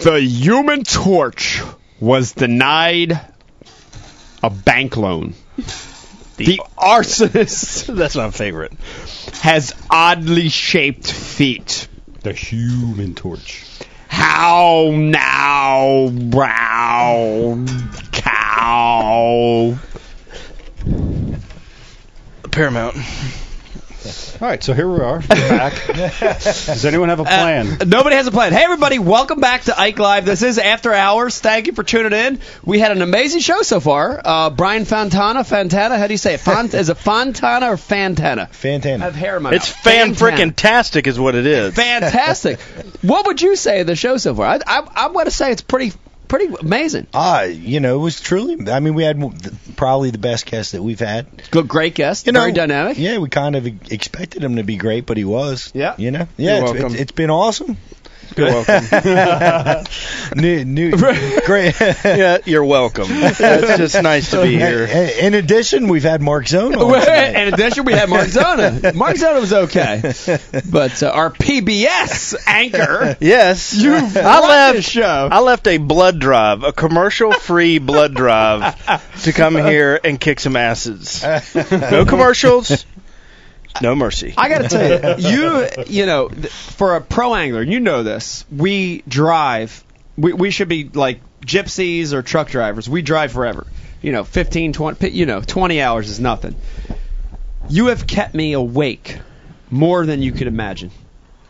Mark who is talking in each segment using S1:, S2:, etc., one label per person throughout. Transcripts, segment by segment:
S1: The Human Torch was denied a bank loan. The arsonist
S2: That's my favorite.
S1: has oddly shaped feet.
S3: The Human Torch.
S1: How now, brow, cow.
S2: Paramount.
S3: All right, so here we are. We're back. Does anyone have a plan?
S2: Uh, Nobody has a plan. Hey, everybody, welcome back to Ike Live. This is After Hours. Thank you for tuning in. We had an amazing show so far. Uh, Brian Fontana, Fontana, how do you say it? Font- is it Fontana or Fantana? I have
S4: Fantana.
S2: hair in my
S5: It's
S2: mouth.
S5: fan
S2: Fantana.
S5: freaking tastic, is what it is.
S2: Fantastic. what would you say of the show so far? I, I, I'm going to say it's pretty pretty amazing.
S4: Ah, you know, it was truly. I mean, we had the, probably the best guest that we've had.
S2: Good, great guest.
S4: You know,
S2: very dynamic.
S4: Yeah, we kind of e, expected him to be great, but he was.
S2: Yeah.
S4: You know. Yeah, it's,
S2: welcome.
S4: it's, it's been awesome.
S2: You're welcome.
S4: New, new, great.
S5: yeah, you're welcome. it's just nice to be here.
S4: In addition, we've had Mark Zone. on tonight.
S2: and in addition, we had Mark Zona. Mark Zona was okay, but uh, our PBS anchor,
S5: Yes, you. I
S2: left
S5: left.
S2: this show.
S5: I left a blood drive, a commercial-free blood drive, to come here and kick some asses. No commercials. No mercy.
S2: I got to tell you, you you know, th- for a pro angler, you know this. We drive. We we should be like gypsies or truck drivers. We drive forever. You know, 15, 20, you know, 20 hours is nothing. You have kept me awake more than you could imagine.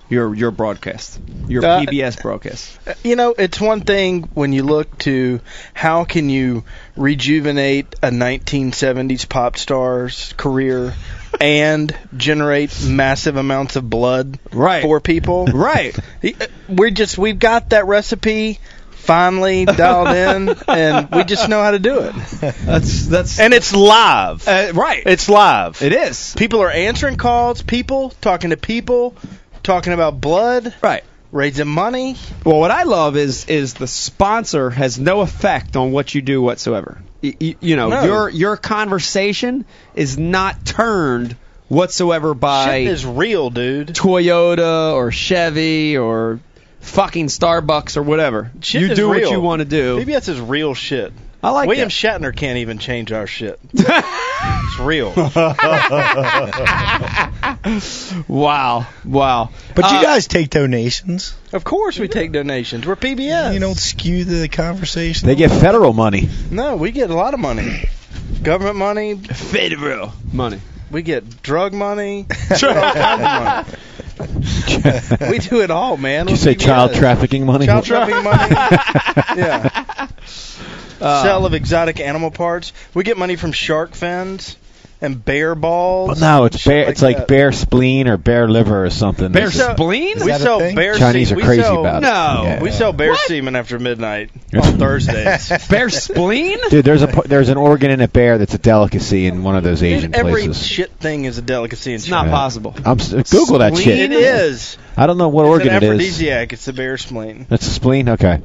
S2: Your your broadcast, your
S5: Uh,
S2: PBS broadcast.
S5: You know, it's one thing when you look to how can you rejuvenate a 1970s pop star's career and generate massive amounts of blood
S2: Right.
S5: for people.
S2: Right.
S5: We're just we've got that recipe finally dialed in and we just know how to do it.
S2: That's that's
S5: And it's live.
S2: uh, right.
S5: It's live.
S2: It is.
S5: people are answering calls, people talking to people, talking about blood,
S2: Right.
S5: raising money.
S2: Well, what I love is is the sponsor has no effect on what you do whatsoever. Y- y- you know,
S5: No.
S2: your your conversation is not turned whatsoever by
S5: Shit is real, dude.
S2: Toyota or Chevy or fucking Starbucks or whatever.
S5: Shit
S2: you
S5: is
S2: do
S5: real.
S2: what you want to do.
S5: PBS is real shit.
S2: I like
S5: William
S2: that.
S5: Shatner can't even change our shit. it's real.
S2: wow, wow.
S4: But
S2: Uh,
S4: you guys take donations.
S5: Of course we take donations. We're PBS.
S4: You don't skew the conversation.
S6: They get federal money.
S5: no, we get a lot of money. Government money.
S2: federal money.
S5: We get drug money. We get all kinds of money. we do it all, man.
S6: Did you
S5: We're
S6: say child
S5: PBS.
S6: trafficking money?
S5: Child trafficking money. yeah.
S6: Um,
S5: Sale of exotic animal parts. We get money from shark fins and bear balls.
S6: Well, no, it's
S5: Shit
S6: bear. It's like
S5: that.
S6: bear spleen or bear liver or something.
S2: Bear
S6: It's-
S5: So-
S2: spleen?
S5: we
S4: that a
S5: sell
S4: thing?
S5: bear
S6: Chinese
S5: se-
S6: are
S5: we
S6: crazy
S5: sell-
S6: about it.
S2: No.
S6: Yeah.
S5: We sell bear semen after midnight on Thursdays.
S2: Bear spleen?
S6: Dude, there's a p- there's an organ in a bear that's a delicacy in one of those Asian
S5: Dude, every
S6: places.
S5: shit thing is a delicacy in
S2: It's not
S5: China.
S2: possible.
S6: I'm s- Google that
S2: Spleen?
S6: shit.
S5: It is.
S6: I don't know what
S5: It's an
S6: organ it is.
S5: aphrodisiac. It's the bear spleen.
S6: That's a spleen. Okay.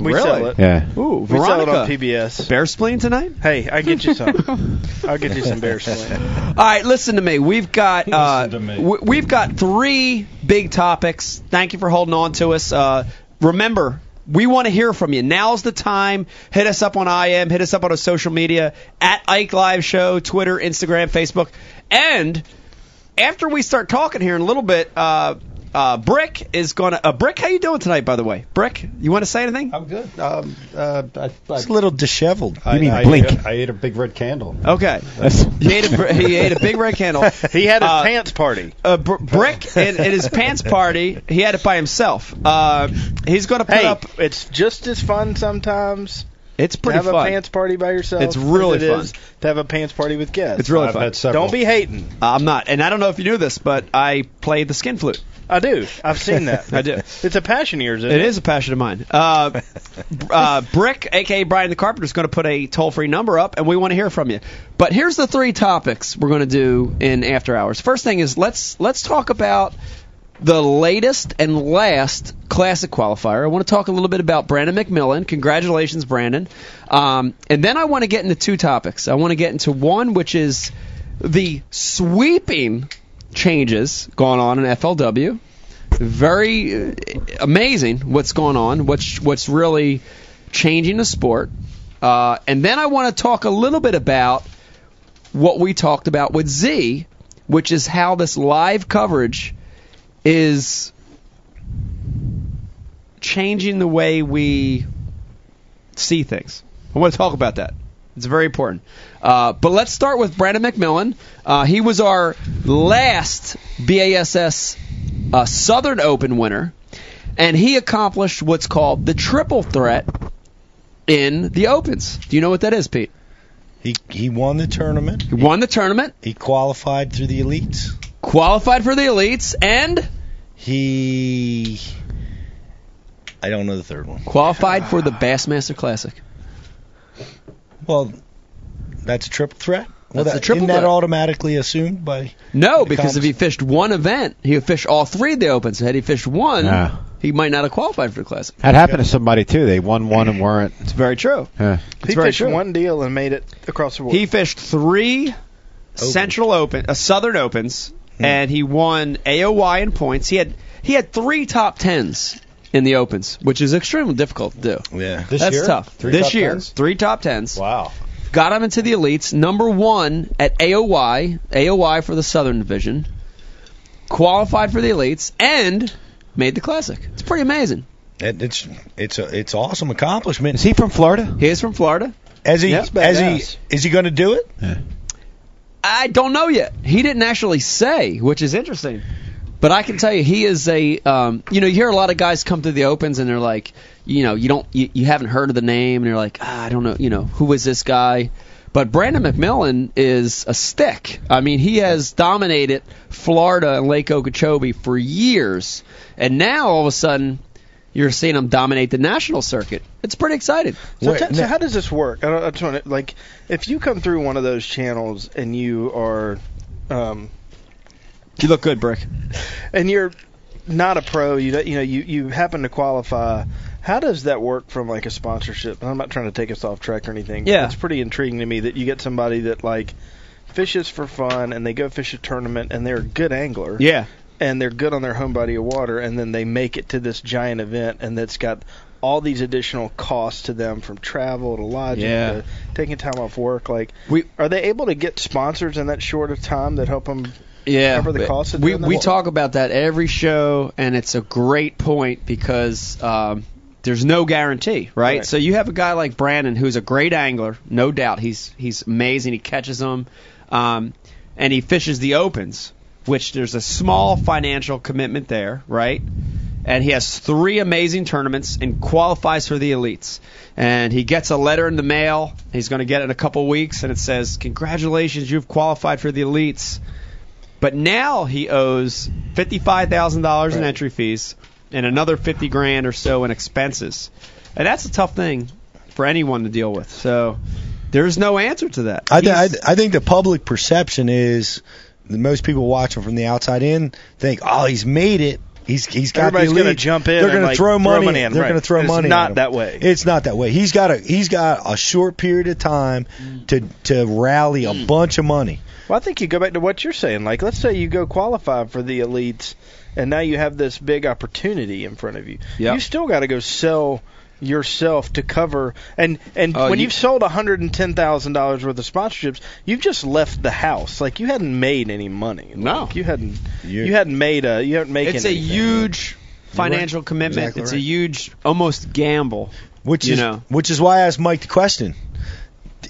S5: We
S2: Really?
S5: sell it.
S6: Yeah.
S2: Ooh,
S5: We sell it
S2: Veronica.
S5: on PBS.
S2: Bear spleen tonight?
S5: Hey, I get you some. I'll get you some bear spleen.
S2: All right, listen to me. We've got uh,
S3: Listen to me.
S2: we- we've got three big topics. Thank you for holding on to us. Uh, remember, we want to hear from you. Now's the time. Hit us up on IM. Hit us up on our social media at Ike Live Show, Twitter, Instagram, Facebook, and after we start talking here in a little bit. Uh, uh, Brick is gonna. Uh, Brick, how you doing tonight? By the way, Brick, you want to say anything?
S3: I'm good. Um, uh, I,
S4: It's a little disheveled.
S3: I,
S6: mean
S3: I,
S6: blink.
S3: ate- I ate a big red candle.
S2: Okay.
S6: That's-
S2: He ate, a, br- he ate a big red candle.
S5: He had his
S2: Uh,
S5: pants party.
S2: a br- brick in, in his pants party. He had it by himself. Uh, he's going to put
S5: Hey,
S2: up.
S5: it's just as fun sometimes
S2: It's
S5: to
S2: pretty
S5: have
S2: fun.
S5: a pants party by yourself.
S2: It's really
S5: as it
S2: fun.
S5: is to have a pants party with guests.
S2: it's really
S3: I've
S2: fun.
S3: had several.
S5: Don't be hating.
S2: Uh, I'm not, and I don't know if you knew this, but I play the skin flute.
S5: I do. I've seen that.
S2: I do.
S5: It's a passion of yours. Isn't
S2: It
S5: it,
S2: is a passion of mine. Uh, uh, Brick, aka Brian the Carpenter, is going to put a toll-free number up, and we want to hear from you. But here's the three topics we're going to do in after hours. First thing is let's let's talk about the latest and last classic qualifier. I want to talk a little bit about Brandon McMillan. Congratulations, Brandon. Um, and then I want to get into two topics. I want to get into one which is the sweeping changes going on in FLW very uh, amazing what's going on, what's what's really changing the sport. Uh, and then I want to talk a little bit about what we talked about with Z, which is how this live coverage is changing the way we see things. I want to talk about that. It's very important. Uh, but let's start with Brandon McMillan. Uh, he was our last BASS uh, Southern Open winner, and he accomplished what's called the triple threat in the Opens. Do you know what that is, Pete?
S4: He he won the tournament.
S2: He won the tournament,
S4: He qualified through the elites.
S2: qualified for the elites, and
S4: He I don't know the third one.
S2: qualified for the Bassmaster Classic.
S4: Well, that's a triple threat. Well,
S2: That's
S4: that,
S2: a triple
S4: isn't that
S2: threat.
S4: automatically assumed by?
S2: No,
S4: It
S2: because if
S4: comes-
S2: he fished one event, he would fish all three of the Opens. Had he fished one,
S6: Yeah.
S2: he might not have qualified for the Classic.
S6: That happened to somebody too. They won one and weren't.
S2: It's very true.
S6: Huh.
S5: He
S2: very
S5: fished
S2: true.
S5: one deal and made it across the board.
S2: He fished three
S4: Central
S2: Open, uh, Southern Opens,
S5: Hmm.
S2: and he won AOY in points. He had he had three top tens in the Opens, which is extremely difficult to do.
S4: Yeah.
S3: This
S2: That's
S3: year?
S2: tough.
S3: Three
S2: this
S3: top
S2: year,
S3: tens?
S2: three top tens.
S3: Wow.
S2: Got him into the elites. Number one at AOY, AOY for the Southern Division. Qualified for the elites and made the classic. It's pretty amazing.
S4: It, it's it's a it's awesome accomplishment.
S6: Is he from Florida?
S2: He is from Florida.
S4: As he
S3: Yeah, it's
S4: as
S3: badass.
S4: he is he going to do it?
S2: I don't know yet. He didn't actually say, which is interesting. But I can tell you, he is a. Um, you know, you hear a lot of guys come through the opens and they're like, you know, you don't, you, you haven't heard of the name, and you're like, ah, I don't know, you know, who is this guy? But Brandon McMillan is a stick. I mean, he has dominated Florida and Lake Okeechobee for years, and now all of a sudden, you're seeing him dominate the national circuit. It's pretty exciting.
S5: So,
S4: Wait,
S5: t- so
S4: no.
S5: how does this work? I, don't, I just want to, like, if you come through one of those channels and you are, um,
S2: You look good, Brick.
S5: and you're not a pro, you don't- you know, you you happen to qualify. How does that work from like a sponsorship? And I'm not trying to take us off track or anything. but
S2: Yeah.
S5: it's pretty intriguing to me that you get somebody that like fishes for fun and they go fish a tournament and they're a good angler.
S2: Yeah.
S5: and they're good on their home body of water, and then they make it to this giant event, and that's got all these additional costs to them from travel to lodging
S2: Yeah.
S5: to taking time off work. Like,
S2: We-
S5: are they able to get sponsors in that short of time that help them?
S2: yeah,
S5: cover the
S2: but
S5: cost of
S2: we
S5: doing that?
S2: we talk about that every show, and it's a great point because um, there's no guarantee, right?
S5: Right.
S2: So you have a guy like Brandon who's a great angler, no doubt. He's he's amazing. He catches them, um, and he fishes the opens, which there's a small financial commitment there, right? And he has three amazing tournaments and qualifies for the elites. And he gets a letter in the mail. He's going to get it in a couple weeks, and it says, "Congratulations, you've qualified for the elites." But now he owes fifty-five thousand dollars in entry fees and another fifty grand or so in expenses, and that's a tough thing for anyone to deal with. So there's no answer to that.
S4: I, th- I,
S2: He's-
S4: th- I think the public perception is that most people watching from the outside in think, oh, he's made it. He's he's got
S5: Everybody's
S4: the elite.
S5: gonna jump in
S4: They're
S5: and,
S4: gonna
S5: like,
S4: throw
S5: throw
S4: money.
S5: money in,
S4: They're
S5: right.
S4: going to throw
S5: It's
S4: money.
S5: not
S4: at him.
S5: that way.
S4: It's not that way. He's got a he's got a short period of time to to rally
S5: Mm.
S4: a bunch of money.
S5: Well, I think you go back to what you're saying. Like, let's say you go qualify for the elites, and now you have this big opportunity in front of you.
S2: Yeah.
S5: You still got to go sell yourself to cover and and
S2: Oh,
S5: when
S2: you-
S5: you, have sold $110,000 worth of sponsorships you've just left the house like you hadn't made any money
S2: No.
S5: Like, you hadn't
S4: You-
S5: you, hadn't made a you hadn't made
S2: it's a
S5: anything.
S2: huge financial commitment.
S4: Exactly
S2: it's a
S4: right.
S2: huge, almost gamble.
S4: Which
S2: You
S4: is
S2: know.
S4: which is why I asked Mike the question: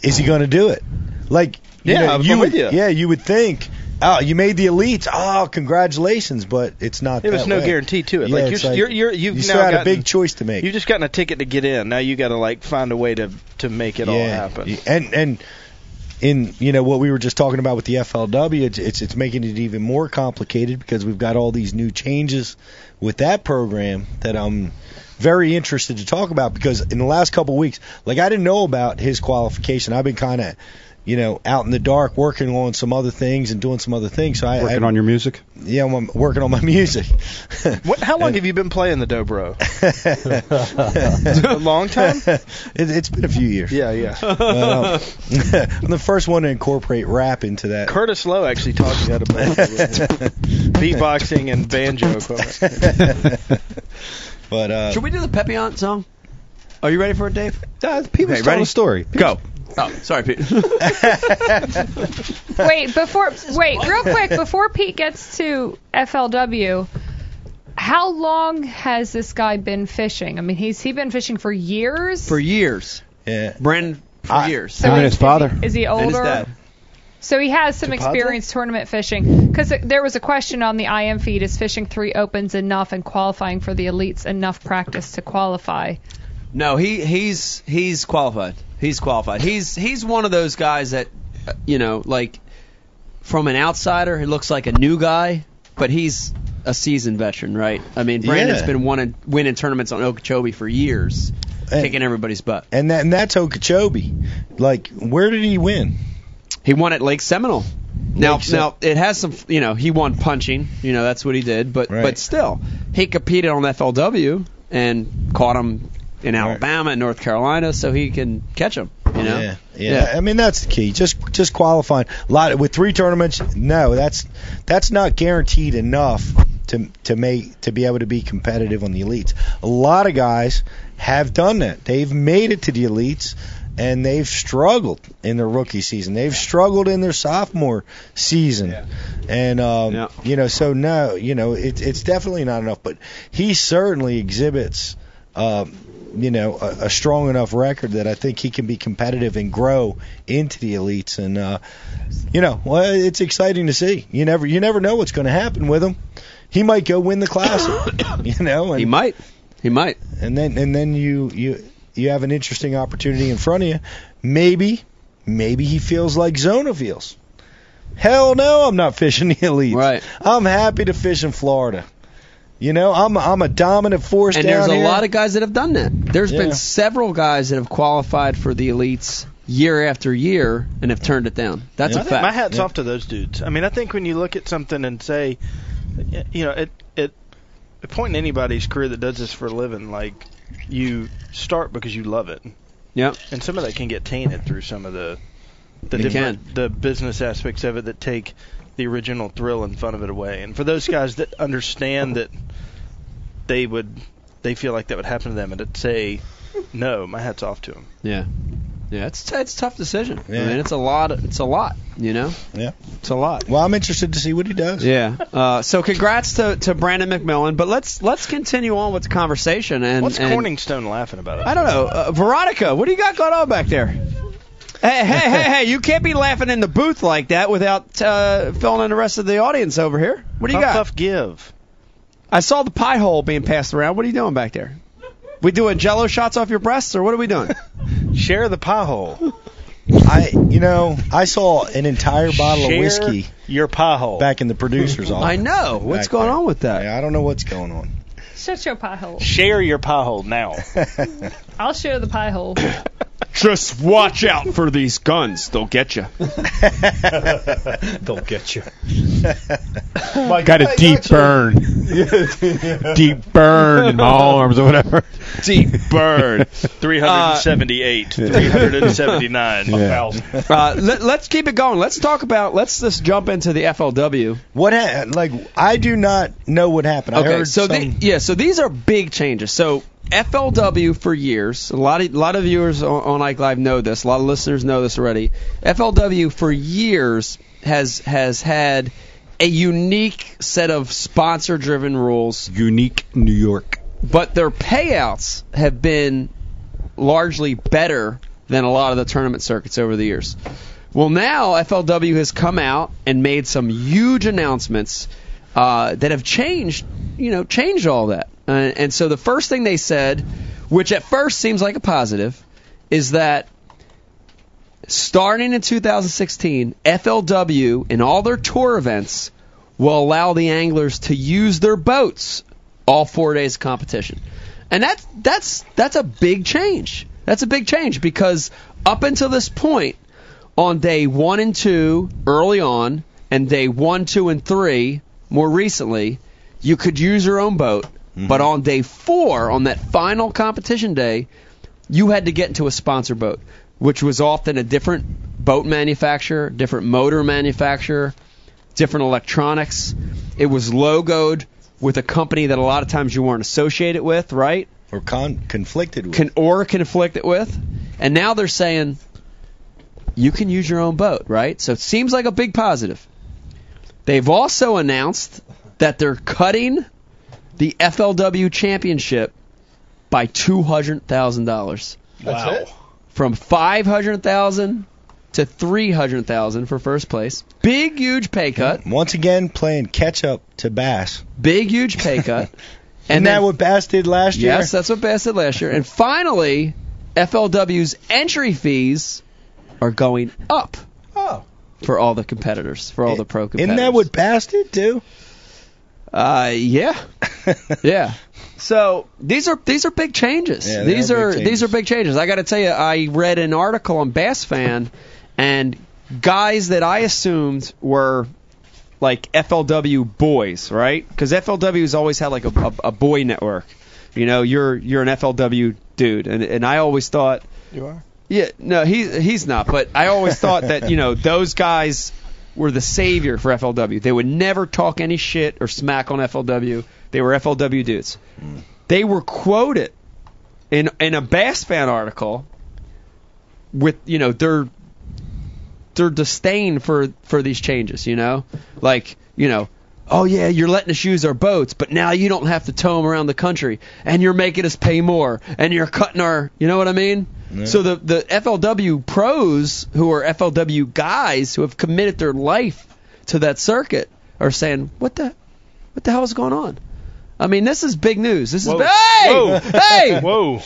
S4: Is he going to do it? Like, you
S5: Yeah,
S4: know,
S5: I'm
S4: you
S5: with
S4: would,
S5: you.
S4: yeah, you would think, oh, you made the elites, oh, congratulations, but it's not.
S5: There was
S4: that
S5: no
S4: way.
S5: guarantee to it.
S4: Yeah,
S5: like you're,
S4: it's like
S5: you're, you're, you've now
S4: you still had a
S5: gotten-
S4: big choice to make.
S5: You've just gotten a ticket to get in. Now you got to like find a way to to make it all happen.
S4: Y- And and in you know what we were just talking about with the FLW, it's it's, it's making it even more complicated because we've got all these new changes with that program that I'm very interested to talk about because in the last couple of weeks, like I didn't know about his qualification. I've been kind of you know, out in the dark working on some other things and doing some other things. So I
S3: Working
S4: I,
S3: on your music.
S4: yeah, I'm working on my music.
S5: What? How long have you been playing the dobro? a long time.
S4: it, it's been a few years.
S5: Yeah, yeah.
S4: Um, I'm the first one to incorporate rap into that.
S5: Curtis Lowe actually taught me how to play the beatboxing and banjo equipment.
S4: but uh,
S2: Should we do the Pepion song? Are you ready for it, Dave?
S4: Uh,
S3: People
S2: ready?
S3: a story.
S2: Go. Oh, sorry, Pete.
S7: wait, before wait, real quick, before Pete gets to FLW, how long has this guy been fishing? I mean, he's he been fishing for years.
S2: for years.
S4: yeah,
S2: Brandon, for
S4: I-
S2: years.
S7: So
S6: Him and
S7: is-
S6: his father.
S7: Is he, is he older?
S2: And his dad.
S7: So he has some
S5: Padre?
S7: experience tournament fishing because there was a question on the IM feed: Is fishing three opens enough and qualifying for the elites enough practice to qualify?
S2: No, he he's he's qualified. He's qualified. He's he's one of those guys that uh, you know, like from an outsider, he looks like a new guy, but he's a seasoned veteran, right? I mean, Brandon's
S4: Yeah.
S2: been wanting, winning tournaments on Okeechobee for years,
S4: And-
S2: kicking everybody's butt.
S4: and that and that's Okeechobee. Like, where did he win?
S2: He won at Lake Seminole. Now,
S4: Lake Sem-
S2: now it has some, you know, he won punching, you know, that's what he did, but
S4: Right.
S2: but still, he competed on FLW and caught him in Alabama and North Carolina, so he can catch him, you know.
S4: Yeah, yeah, I mean that's the key. Just just qualifying. A lot with three tournaments. No, that's that's not guaranteed enough to to make to be able to be competitive on the elites. A lot of guys have done that. They've made it to the elites. And they've struggled in their rookie season. They've struggled in their sophomore season, and um,
S2: Yeah.
S4: you know, so no, you know, it, it's definitely not enough. But he certainly exhibits um, you know, a, a strong enough record that I think he can be competitive and grow into the elites. And uh, you know, well, it's exciting to see. You never, you never know what's going to happen with him. He might go win the classic, you know, and
S2: He might. He might.
S4: and then and then you you you have an interesting opportunity in front of you. Maybe, maybe he feels like Zona feels. Hell no, I'm not fishing the elites.
S2: Right.
S4: I'm happy to fish in Florida. You know, I'm I'm a dominant force
S2: And
S4: down
S2: there's a
S4: here.
S2: lot of guys that have done that. There's
S4: Yeah.
S2: been several guys that have qualified for the elites year after year and have turned it down. That's
S4: Yeah.
S2: a fact.
S5: My hat's
S4: Yeah.
S5: off to those dudes. I mean, I think when you look at something and say, y- you know, it it a point in anybody's career that does this for a living, like you start because you love it,
S2: Yep.
S5: and some of that can get tainted through some of the the
S2: It
S5: different the business aspects of it that take the original thrill and fun of it away. And for those guys that understand that they would they feel like that would happen to them, and it'd say, no, my hat's off to them.
S2: Yeah. Yeah, it's it's a tough decision.
S4: Yeah.
S2: I mean, it's a lot. It's a lot. You know,
S4: Yeah.
S2: it's a lot.
S4: Well, I'm interested to see what he does.
S2: Yeah. Uh, so congrats to, to Brandon McMillan, but let's let's continue on with the conversation and
S5: What's
S2: and-
S5: Corningstone laughing about?
S2: I don't know. Uh, Veronica, what do you got going on back there? Hey, hey, hey, hey! You can't be laughing in the booth like that without uh, filling in the rest of the audience over here. What do you
S5: Tough,
S2: got?
S5: tough give.
S2: I saw the pie hole being passed around. What are you doing back there? We doing Jello shots off your breasts, or what are we doing?
S5: Share the pie hole.
S4: I, you know, I saw an entire bottle
S5: Share
S4: of whiskey
S5: Your pie hole.
S4: back in the producer's office.
S2: I know. What's
S4: Back
S2: going
S4: there.
S2: on with that?
S4: Yeah, I don't know what's going on.
S7: Shut your pie hole.
S5: Share your pie hole now.
S7: I'll show the pie hole.
S1: Just watch out for these guns. They'll get you.
S3: They'll get you.
S6: Got a deep burn. deep burn in my arms or whatever.
S1: Deep burn.
S5: 378, 379.
S2: Uh, let, let's keep it going. Let's talk about. Let's just jump into the FLW.
S4: What? Ha- like, I do not know what happened. I
S2: Okay,
S4: heard
S2: so
S4: some,
S2: the, yeah, so these are big changes. So FLW for years, a lot of lot of viewers on, on Ike Live know this. A lot of listeners know this already. FLW for years has has had a unique set of sponsor driven rules,
S3: Unique New York.
S2: but their payouts have been largely better than a lot of the tournament circuits over the years. Well, now FLW has come out and made some huge announcements uh, that have changed, you know, changed all that. Uh, and so the first thing they said, which at first seems like a positive, is that starting in 2016, FLW in all their tour events will allow the anglers to use their boats all four days of competition. And that's that's that's a big change. That's a big change because up until this point, on day one and two early on, and day one, two, and three more recently, you could use your own boat. But on day four, on that final competition day, you had to get into a sponsor boat, which was often a different boat manufacturer, different motor manufacturer, different electronics. It was logoed with a company that a lot of times you weren't associated with, right?
S4: Or con- conflicted with.
S2: Can or conflicted with. And now they're saying you can use your own boat, right? So it seems like a big positive. They've also announced that they're cutting the FLW championship by two hundred thousand dollars
S3: wow.
S2: from 500,000 to 300,000 for first place. Big huge pay cut,
S4: Once again, playing catch up to Bass.
S2: big huge pay cut.
S4: And
S2: then-
S4: that what Bass did last year?
S2: Yes, that's what Bass did last year. And finally, FLW's entry fees are going up
S4: Oh.
S2: for all the competitors, for all the pro competitors.
S4: Isn't that what Bass did too?
S2: Uh, yeah, yeah. So these are these are big changes.
S4: Yeah, they
S2: these
S4: are
S2: are,
S4: big
S2: these are big changes. I got to tell you, I read an article on Bass Fan, and guys that I assumed were like FLW boys, right? Because FLW's always had like a, a, a boy network. You know, you're you're an FLW dude, and and I always thought
S5: You are.
S2: yeah, no, he he's not. But I always thought that you know those guys were the savior for FLW. They would never talk any shit or smack on FLW. They were FLW dudes. They were quoted in in a Bass fan article with you know their their disdain for for these changes. You know, like you know. Oh yeah, you're letting us use our boats, but now you don't have to tow them around the country, and you're making us pay more, and you're cutting our, you know what I mean? So the the FLW pros who are FLW guys who have committed their life to that circuit are saying, what the, what the hell is going on? I mean, this is big news. This is hey,
S3: Whoa.
S2: hey,
S3: Whoa.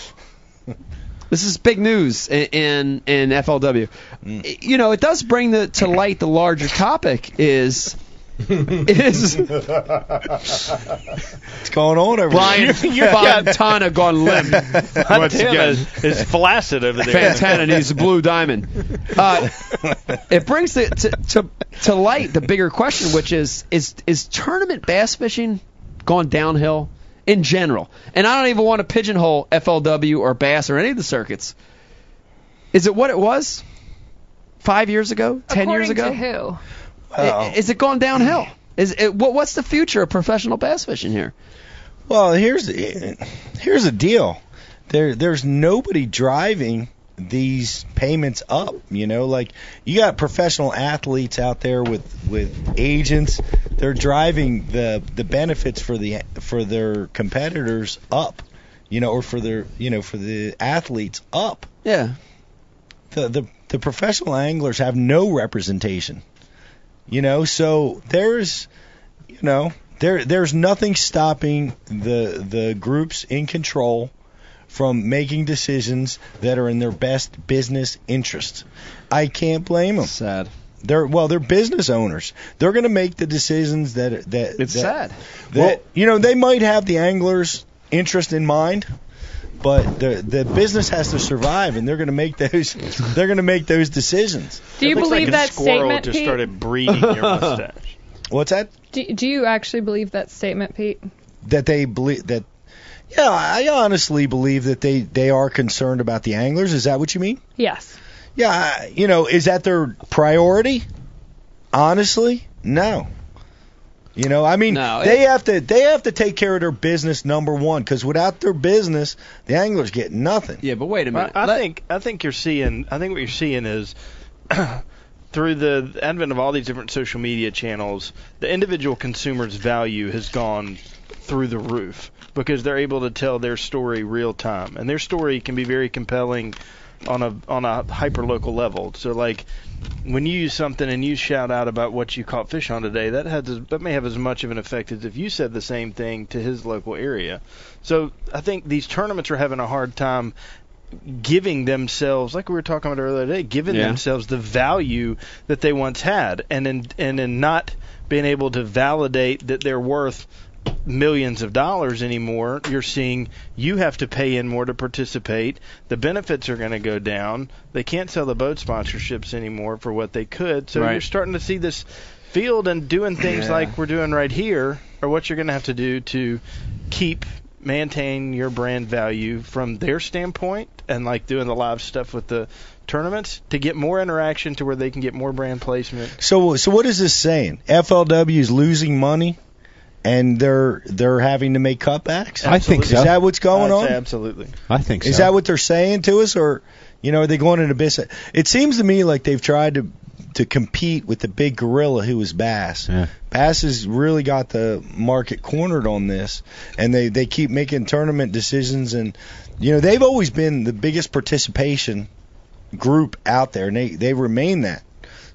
S2: this is big news in in, in FLW.
S4: Mm.
S2: You know, it does bring the, to light the larger topic is is
S4: What's going on over
S2: Brian Fontana gone limp.
S3: Once again, it's flaccid over there.
S2: Fontana needs a blue diamond. Uh, it brings the, to, to to light the bigger question, which is is is tournament bass fishing gone downhill in general? And I don't even want to pigeonhole FLW or bass or any of the circuits. Is it what it was? Five years ago, ten years ago,
S7: According to who?
S2: I- is it gone downhill? Is it, what, what's the future of professional bass fishing here?
S4: Well, here's the, here's the deal. There there's nobody driving these payments up, you know, like you got professional athletes out there with with agents, they're driving the the benefits for the for their competitors up, you know, or for their, you know, for the athletes up.
S2: Yeah,
S4: the, the the professional anglers have no representation. You know, so there's you know, there there's nothing stopping the the groups in control from making decisions that are in their best business interest. I can't blame them.
S2: sad.
S4: They're well, they're business owners. They're going to make the decisions that that
S2: It's
S4: that,
S2: sad.
S4: that- you know, they might have the anglers' interest in mind, but the the business has to survive, and they're going to make those they're going to make those decisions.
S7: Do you
S3: Looks
S7: believe
S3: like
S7: that
S3: a squirrel
S7: statement,
S3: just
S7: Pete?
S3: started breeding your mustache.
S4: What's that?
S7: Do, do you actually believe that statement, Pete?
S4: That they believe that. Yeah, I honestly believe that they they are concerned about the anglers. Is that what you mean?
S7: Yes.
S4: Yeah, I- you know, is that their priority? Honestly, no. You know, I mean,
S2: No,
S4: they have to they have to take care of their business number one because without their business, the anglers get nothing.
S2: Yeah, but wait a
S3: I,
S2: minute.
S3: I
S2: Let-
S3: think I think you're seeing I think what you're seeing is through the advent of all these different social media channels, the individual consumer's value has gone through the roof because they're able to tell their story real time, and their story can be very compelling on a on a hyper local level. So like when you use something and you shout out about what you caught fish on today, that has as- that may have as much of an effect as if you said the same thing to his local area. So I think these tournaments are having a hard time giving themselves, like we were talking about earlier today, giving
S2: Yeah.
S3: themselves the value that they once had, and in and in not being able to validate that they're worth millions of dollars anymore. You're seeing you have to pay in more to participate. The benefits are going to go down. They can't sell the boat sponsorships anymore for what they could. So
S2: Right.
S3: you're starting to see this field and doing things
S2: Yeah.
S3: like we're doing right here are what you're going to have to do to keep maintain your brand value from their standpoint and like doing the live stuff with the tournaments to get more interaction to where they can get more brand placement
S4: So so what is this saying? FLW is losing money, and they're they're having to make cutbacks.
S6: I think
S4: Is
S6: so.
S4: that what's going
S3: I'd
S4: on?
S3: say Uh, absolutely
S6: I think so.
S4: Is that what they're saying to us, or you know, are they going into business? It seems to me like they've tried to to compete with the big gorilla who is Bass.
S6: Yeah.
S4: Bass has really got the market cornered on this, and they they keep making tournament decisions, and you know they've always been the biggest participation group out there, and they they remain that.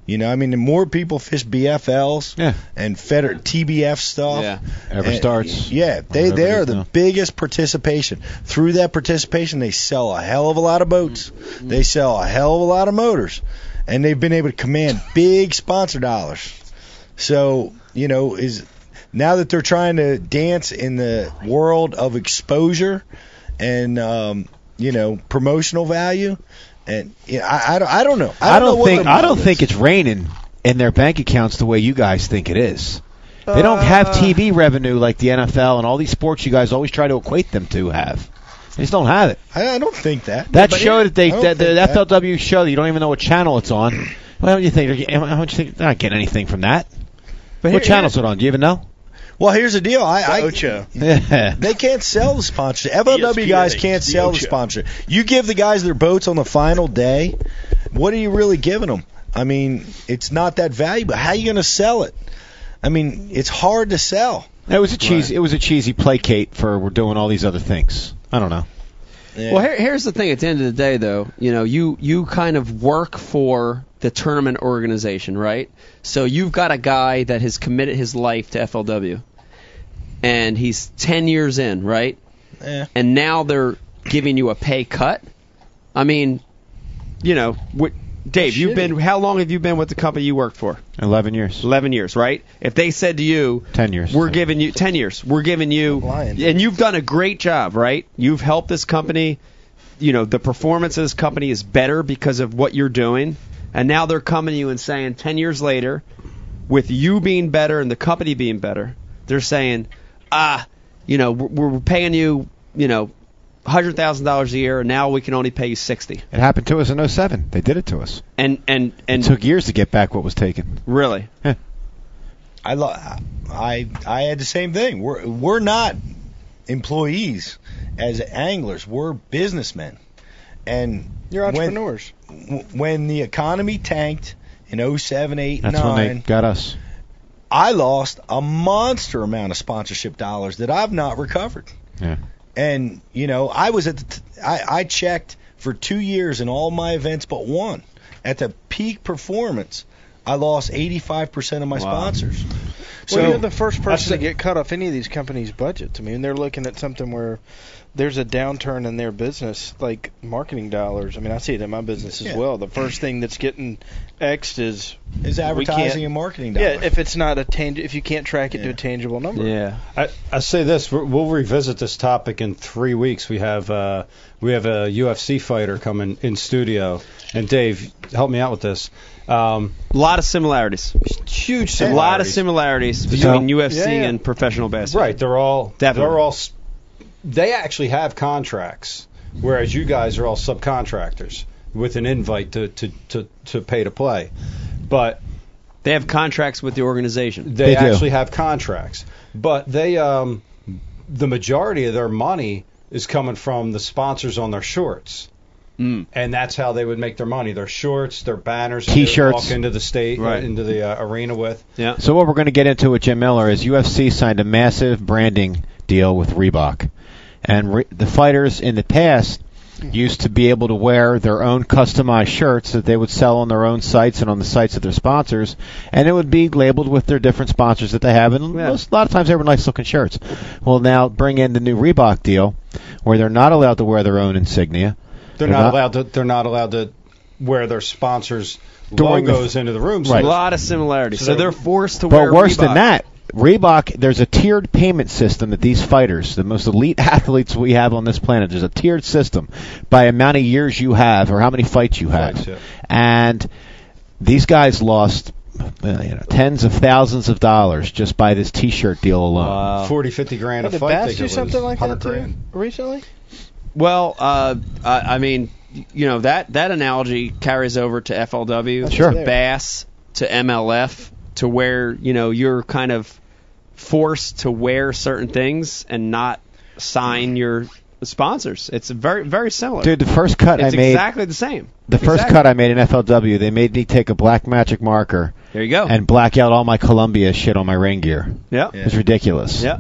S4: You know, I mean, the more people fish BFLs
S6: Yeah.
S4: and Feder TBF stuff,
S2: Yeah.
S6: ever
S4: and-
S6: starts?
S4: Yeah, they
S6: Whatever
S4: they
S6: it
S4: are
S6: is
S4: the
S6: now.
S4: biggest participation. Through that participation, they sell a hell of a lot of boats.
S6: Mm-hmm.
S4: They sell a hell of a lot of motors, and they've been able to command big sponsor dollars. So you know is now that they're trying to dance in the world of exposure and um, you know promotional value. And yeah, I, I, don't, I don't know. I don't,
S6: I
S4: know
S6: don't,
S4: what
S6: think
S4: the
S6: I
S4: model
S6: don't think
S4: is.
S6: it's raining in their bank accounts the way you guys think it is. They don't have TV revenue like the NFL and all these sports you guys always try to equate them to have. They just don't have it.
S4: I, I don't think that.
S6: That show that they
S4: I don't
S6: that the
S4: think that-
S6: FLW show that you don't even know what channel it's on. Well, you think they're, getting- how much you think they're not getting anything from that?
S4: But
S6: what
S4: here-
S6: channel's it on? Do you even know?
S4: Well, here's the deal. I, I
S3: Ocho.
S6: Yeah.
S4: They can't sell the sponsor. FLW
S3: ESPN,
S4: guys can't
S3: the
S4: sell the
S3: Ocho.
S4: sponsor. You give the guys their boats on the final day. What are you really giving them? I mean, it's not that valuable. How you going to sell it? I mean, it's hard to sell.
S6: It was a cheesy. It was a cheesy placate for we're doing all these other things. I don't know.
S4: Yeah.
S2: Well, here, here's the thing. At the end of the day, though, you know, you you kind of work for the tournament organization, right? So you've got a guy that has committed his life to FLW, and he's 10 years in, right?
S4: Yeah.
S2: And now they're giving you a pay cut. I mean, you know, wh- Dave, you've been how long have you been with the company you worked for?
S6: Eleven years.
S2: 11 years, right? If they said to you,
S6: 10 years.
S2: we're giving you 10 years, we're giving you,
S4: Lying.
S2: and you've done a great job, right? You've helped this company. You know, the performance of this company is better because of what you're doing. And now they're coming to you and saying, 10 years later, with you being better and the company being better, they're saying, ah, you know, we're, we're paying you, you know, $100,000 a year, and now we can only pay you 60
S6: It happened to us in 07. They did it to us.
S2: And, and,
S6: It
S2: and,
S6: took years to get back what was taken.
S2: really.
S4: I lo- I I had the same thing. We're we're not employees as anglers. We're businessmen. And
S3: you're
S4: when-
S3: entrepreneurs
S4: w- when the economy tanked in 07, 8,
S6: That's
S4: 9,
S6: when they got us.
S4: I lost a monster amount of sponsorship dollars that I've not recovered.
S6: Yeah.
S4: And you know, I was at the t- I, I checked for two years in all my events but one. At the peak performance, I lost 85% of my sponsors. So
S3: well, you're the first person
S4: said-
S3: to get cut off any of these companies' budgets. I mean, they're looking at something where there's a downturn in their business, like marketing dollars. I mean, I see it in my business as
S4: Yeah.
S3: well. The first thing that's getting X'd is
S4: is advertising and marketing dollars.
S3: yeah, if it's not a tang- if you can't track it to
S4: Yeah.
S3: a tangible number.
S8: I, I say this: we're- we'll revisit this topic in three weeks. We have uh, we have a UFC fighter coming in studio, and Dave, help me out with this. Um,
S2: A lot of similarities.
S8: huge,
S2: a lot of similarities between UFC
S8: Yeah, yeah.
S2: and professional basketball.
S8: Right, they're all
S2: Definitely.
S8: they're all s- they actually have contracts, whereas you guys are all subcontractors with an invite to to to, to pay to play, but
S2: They have contracts with the organization.
S8: they,
S6: They do.
S8: actually have contracts. But they um the majority of their money is coming from the sponsors on their shorts.
S2: Mm.
S8: And that's how they would make their money: their shorts, their banners, that they would
S6: T-shirts.
S8: walk into the state,
S2: Right.
S8: into the uh, arena with.
S2: Yeah.
S6: So what we're going to get into with Jim Miller is UFC signed a massive branding deal with Reebok, and re- the fighters in the past used to be able to wear their own customized shirts that they would sell on their own sites and on the sites of their sponsors, and it would be labeled with their different sponsors that they have. And
S2: Yeah.
S6: most, a lot of times they were nice looking shirts. Well, now bring in the new Reebok deal, where they're not allowed to wear their own insignia.
S8: They're
S6: They're
S8: not
S6: not-
S8: allowed to. They're not allowed to wear their sponsors'
S6: During the-
S8: logos into the room.
S2: A
S6: Right.
S8: So
S2: lot of similarities. So they're forced to
S6: But
S2: wear
S6: worse
S2: Reebok.
S6: than that, Reebok, there's a tiered payment system that these fighters, the most elite athletes we have on this planet, there's a tiered system by amount of years you have or how many fights you have.
S8: Fights, yeah.
S6: And these guys lost uh, you know, tens of thousands of dollars just by this T-shirt deal alone.
S8: Uh, Forty, fifty 40, 50 grand
S5: Did
S8: a
S5: the
S8: fight.
S5: Bass
S8: they
S5: do
S8: could
S5: something like
S8: lose. 100
S5: that too
S8: grand.
S5: recently?
S2: Well, uh, I, I mean, you know that that analogy carries over to FLW,
S6: Sure.
S2: to Bass to MLF, to where you know you're kind of forced to wear certain things and not sign your sponsors. It's very very similar.
S6: Dude, the first cut
S2: it's
S6: I made,
S2: exactly the same.
S6: the first
S2: exactly.
S6: cut I made in FLW, they made me take a black magic marker
S2: There you go.
S6: and black out all my Columbia shit on my rain gear.
S2: Oh. yeah.
S6: It's ridiculous.
S2: Yeah.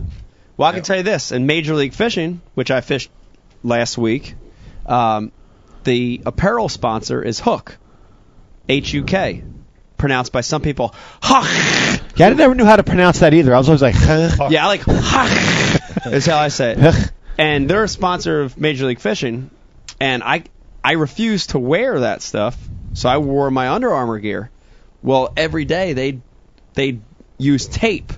S2: Well, I can tell you this: in Major League Fishing, which I fished last week, um, the apparel sponsor is Hook, H U K, pronounced by some people Huck.
S6: Yeah, I never knew how to pronounce that either. I was always like, huh.
S2: Yeah, I like Huck. is how I say it. and they're a sponsor of Major League Fishing, and I I refused to wear that stuff, so I wore my Under Armour gear. Well, every day they they use tape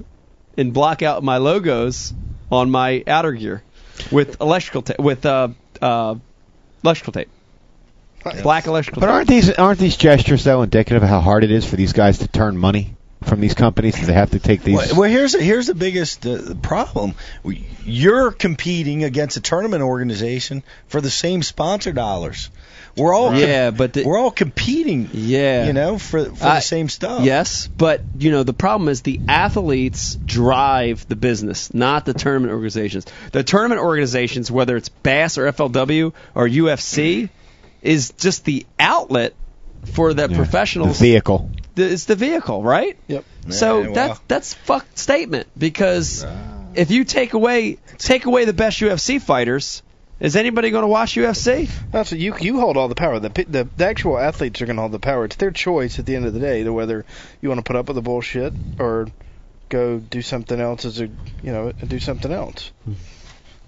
S2: and block out my logos on my outer gear with electrical tape with uh uh electrical tape. Black electrical
S6: But
S2: tape.
S6: aren't these aren't these gestures though indicative of how hard it is for these guys to turn money from these companies? that They have to take these.
S4: Well, well, here's here's the biggest uh, the problem. We- You're competing against a tournament organization for the same sponsor dollars. We're all
S2: Yeah, but the-
S4: we're all competing.
S2: Yeah.
S4: you know, for for
S2: I-
S4: the same stuff.
S2: Yes, but you know the problem is the athletes drive the business, not the tournament organizations. The tournament organizations, whether it's Bass or FLW or UFC, is just the outlet for the
S6: the
S2: professionals.
S6: vehicle.
S2: The- it's the vehicle, right? Yep. So
S4: Yeah, well.
S2: that's that's fucked statement because if you take away take away the best UFC fighters, is anybody going to watch UFC?
S5: That's what you you hold all the power. The pe- the, the actual athletes are going to hold the power. It's their choice at the end of the day to whether you want to put up with the bullshit or go do something else as a you know do something else.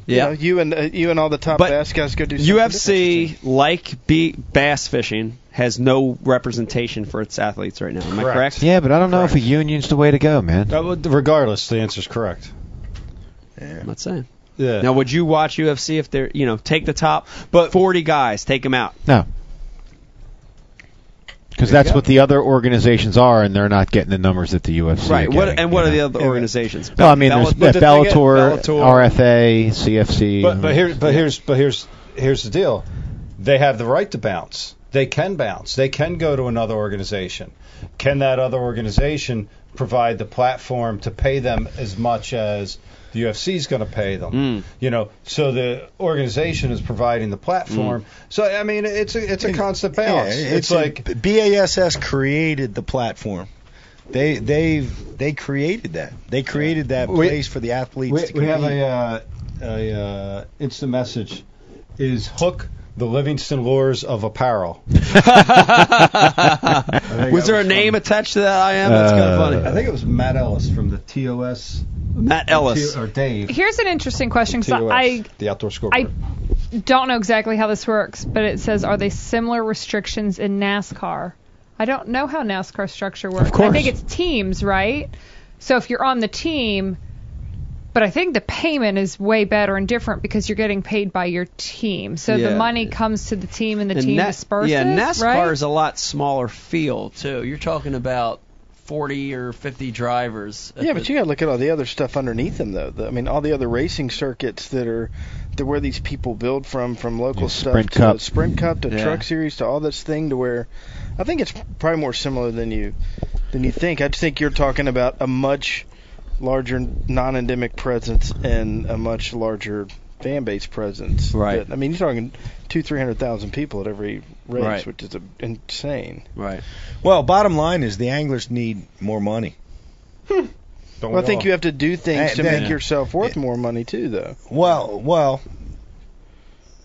S2: Yeah.
S5: You, know, you and uh, you and all the top
S2: But
S5: bass guys go do something different.
S2: UFC, like B- bass fishing, has no representation for its athletes right now. Am I
S8: Correct.
S2: correct?
S6: Yeah, but I don't know if a union's the way to go, man.
S8: That would- regardless, the answer's correct.
S2: I'm not saying.
S8: Yeah.
S2: Now, would you watch UFC if they're, you know, take the top 40 guys, take them out?
S6: No. Because that's what the other organizations are, and they're not getting the numbers that the UFC.
S2: Right.
S6: Are
S2: What
S6: getting,
S2: and what
S6: you
S2: are the
S6: know?
S2: other organizations?
S6: No, I mean,
S2: Bell-
S6: there's
S2: but the thing is-
S6: Bellator,
S2: Bellator-
S6: RFA, CFC.
S8: But but here but here's but here's here's the deal. They have the right to bounce. They can bounce. They can go to another organization. Can that other organization provide the platform to pay them as much as the UFC is going to pay them?
S9: Mm.
S8: You know, so the organization is providing the platform. So I mean, it's a it's a constant
S4: Mm. Yeah,
S8: balance. it's, like
S4: BASS created the platform. They they they created that. They created that
S8: We-
S4: place for the athletes.
S8: we,
S4: to compete.
S8: we have a uh, a uh, instant message. Is Hook the Livingston Lures of Apparel?
S2: Was there a name attached to that? I am. That's
S4: Uh,
S2: kind of
S8: I
S2: funny.
S8: think it was Matt Ellis from the TOS
S2: Matt Ellis.
S8: T- or Dave.
S7: Here's an interesting question because
S8: TOS,
S7: I
S8: the outdoor
S7: I
S8: scoreboard.
S7: don't know exactly how this works, but it says, are they similar restrictions in NASCAR? I don't know how NASCAR structure works. I think it's teams, right? So if you're on the team, but I think the payment is way better and different because you're getting paid by your team. So
S2: Yeah.
S7: the money comes to the team and the
S2: And
S7: team
S2: Na-
S7: disperses.
S2: yeah, NASCAR
S7: right?
S2: is a lot smaller field too. You're talking about 40 or 50 drivers. at
S5: Yeah,
S2: the-
S5: but you got to look at all the other stuff underneath them, though. The- I mean, all the other racing circuits that are that where these people build from, from local stuff
S6: Sprint
S5: to
S6: Cup.
S5: Sprint Cup to
S2: Yeah.
S5: Truck Series to all this thing to where I think it's probably more similar than you than you think. I just think you're talking about a much larger non-endemic presence and a much larger fan base presence.
S2: Right.
S5: That- I mean, you're talking two, three hundred thousand people at every race,
S2: Right.
S5: which is a, insane.
S2: right.
S4: well, bottom line is the anglers need more money.
S8: Hmm. Don't
S5: Well, I
S8: we
S5: think
S8: all?
S5: you have to do things
S4: Hey,
S5: to
S4: then-
S5: make yourself worth more money too, though.
S4: Well, well,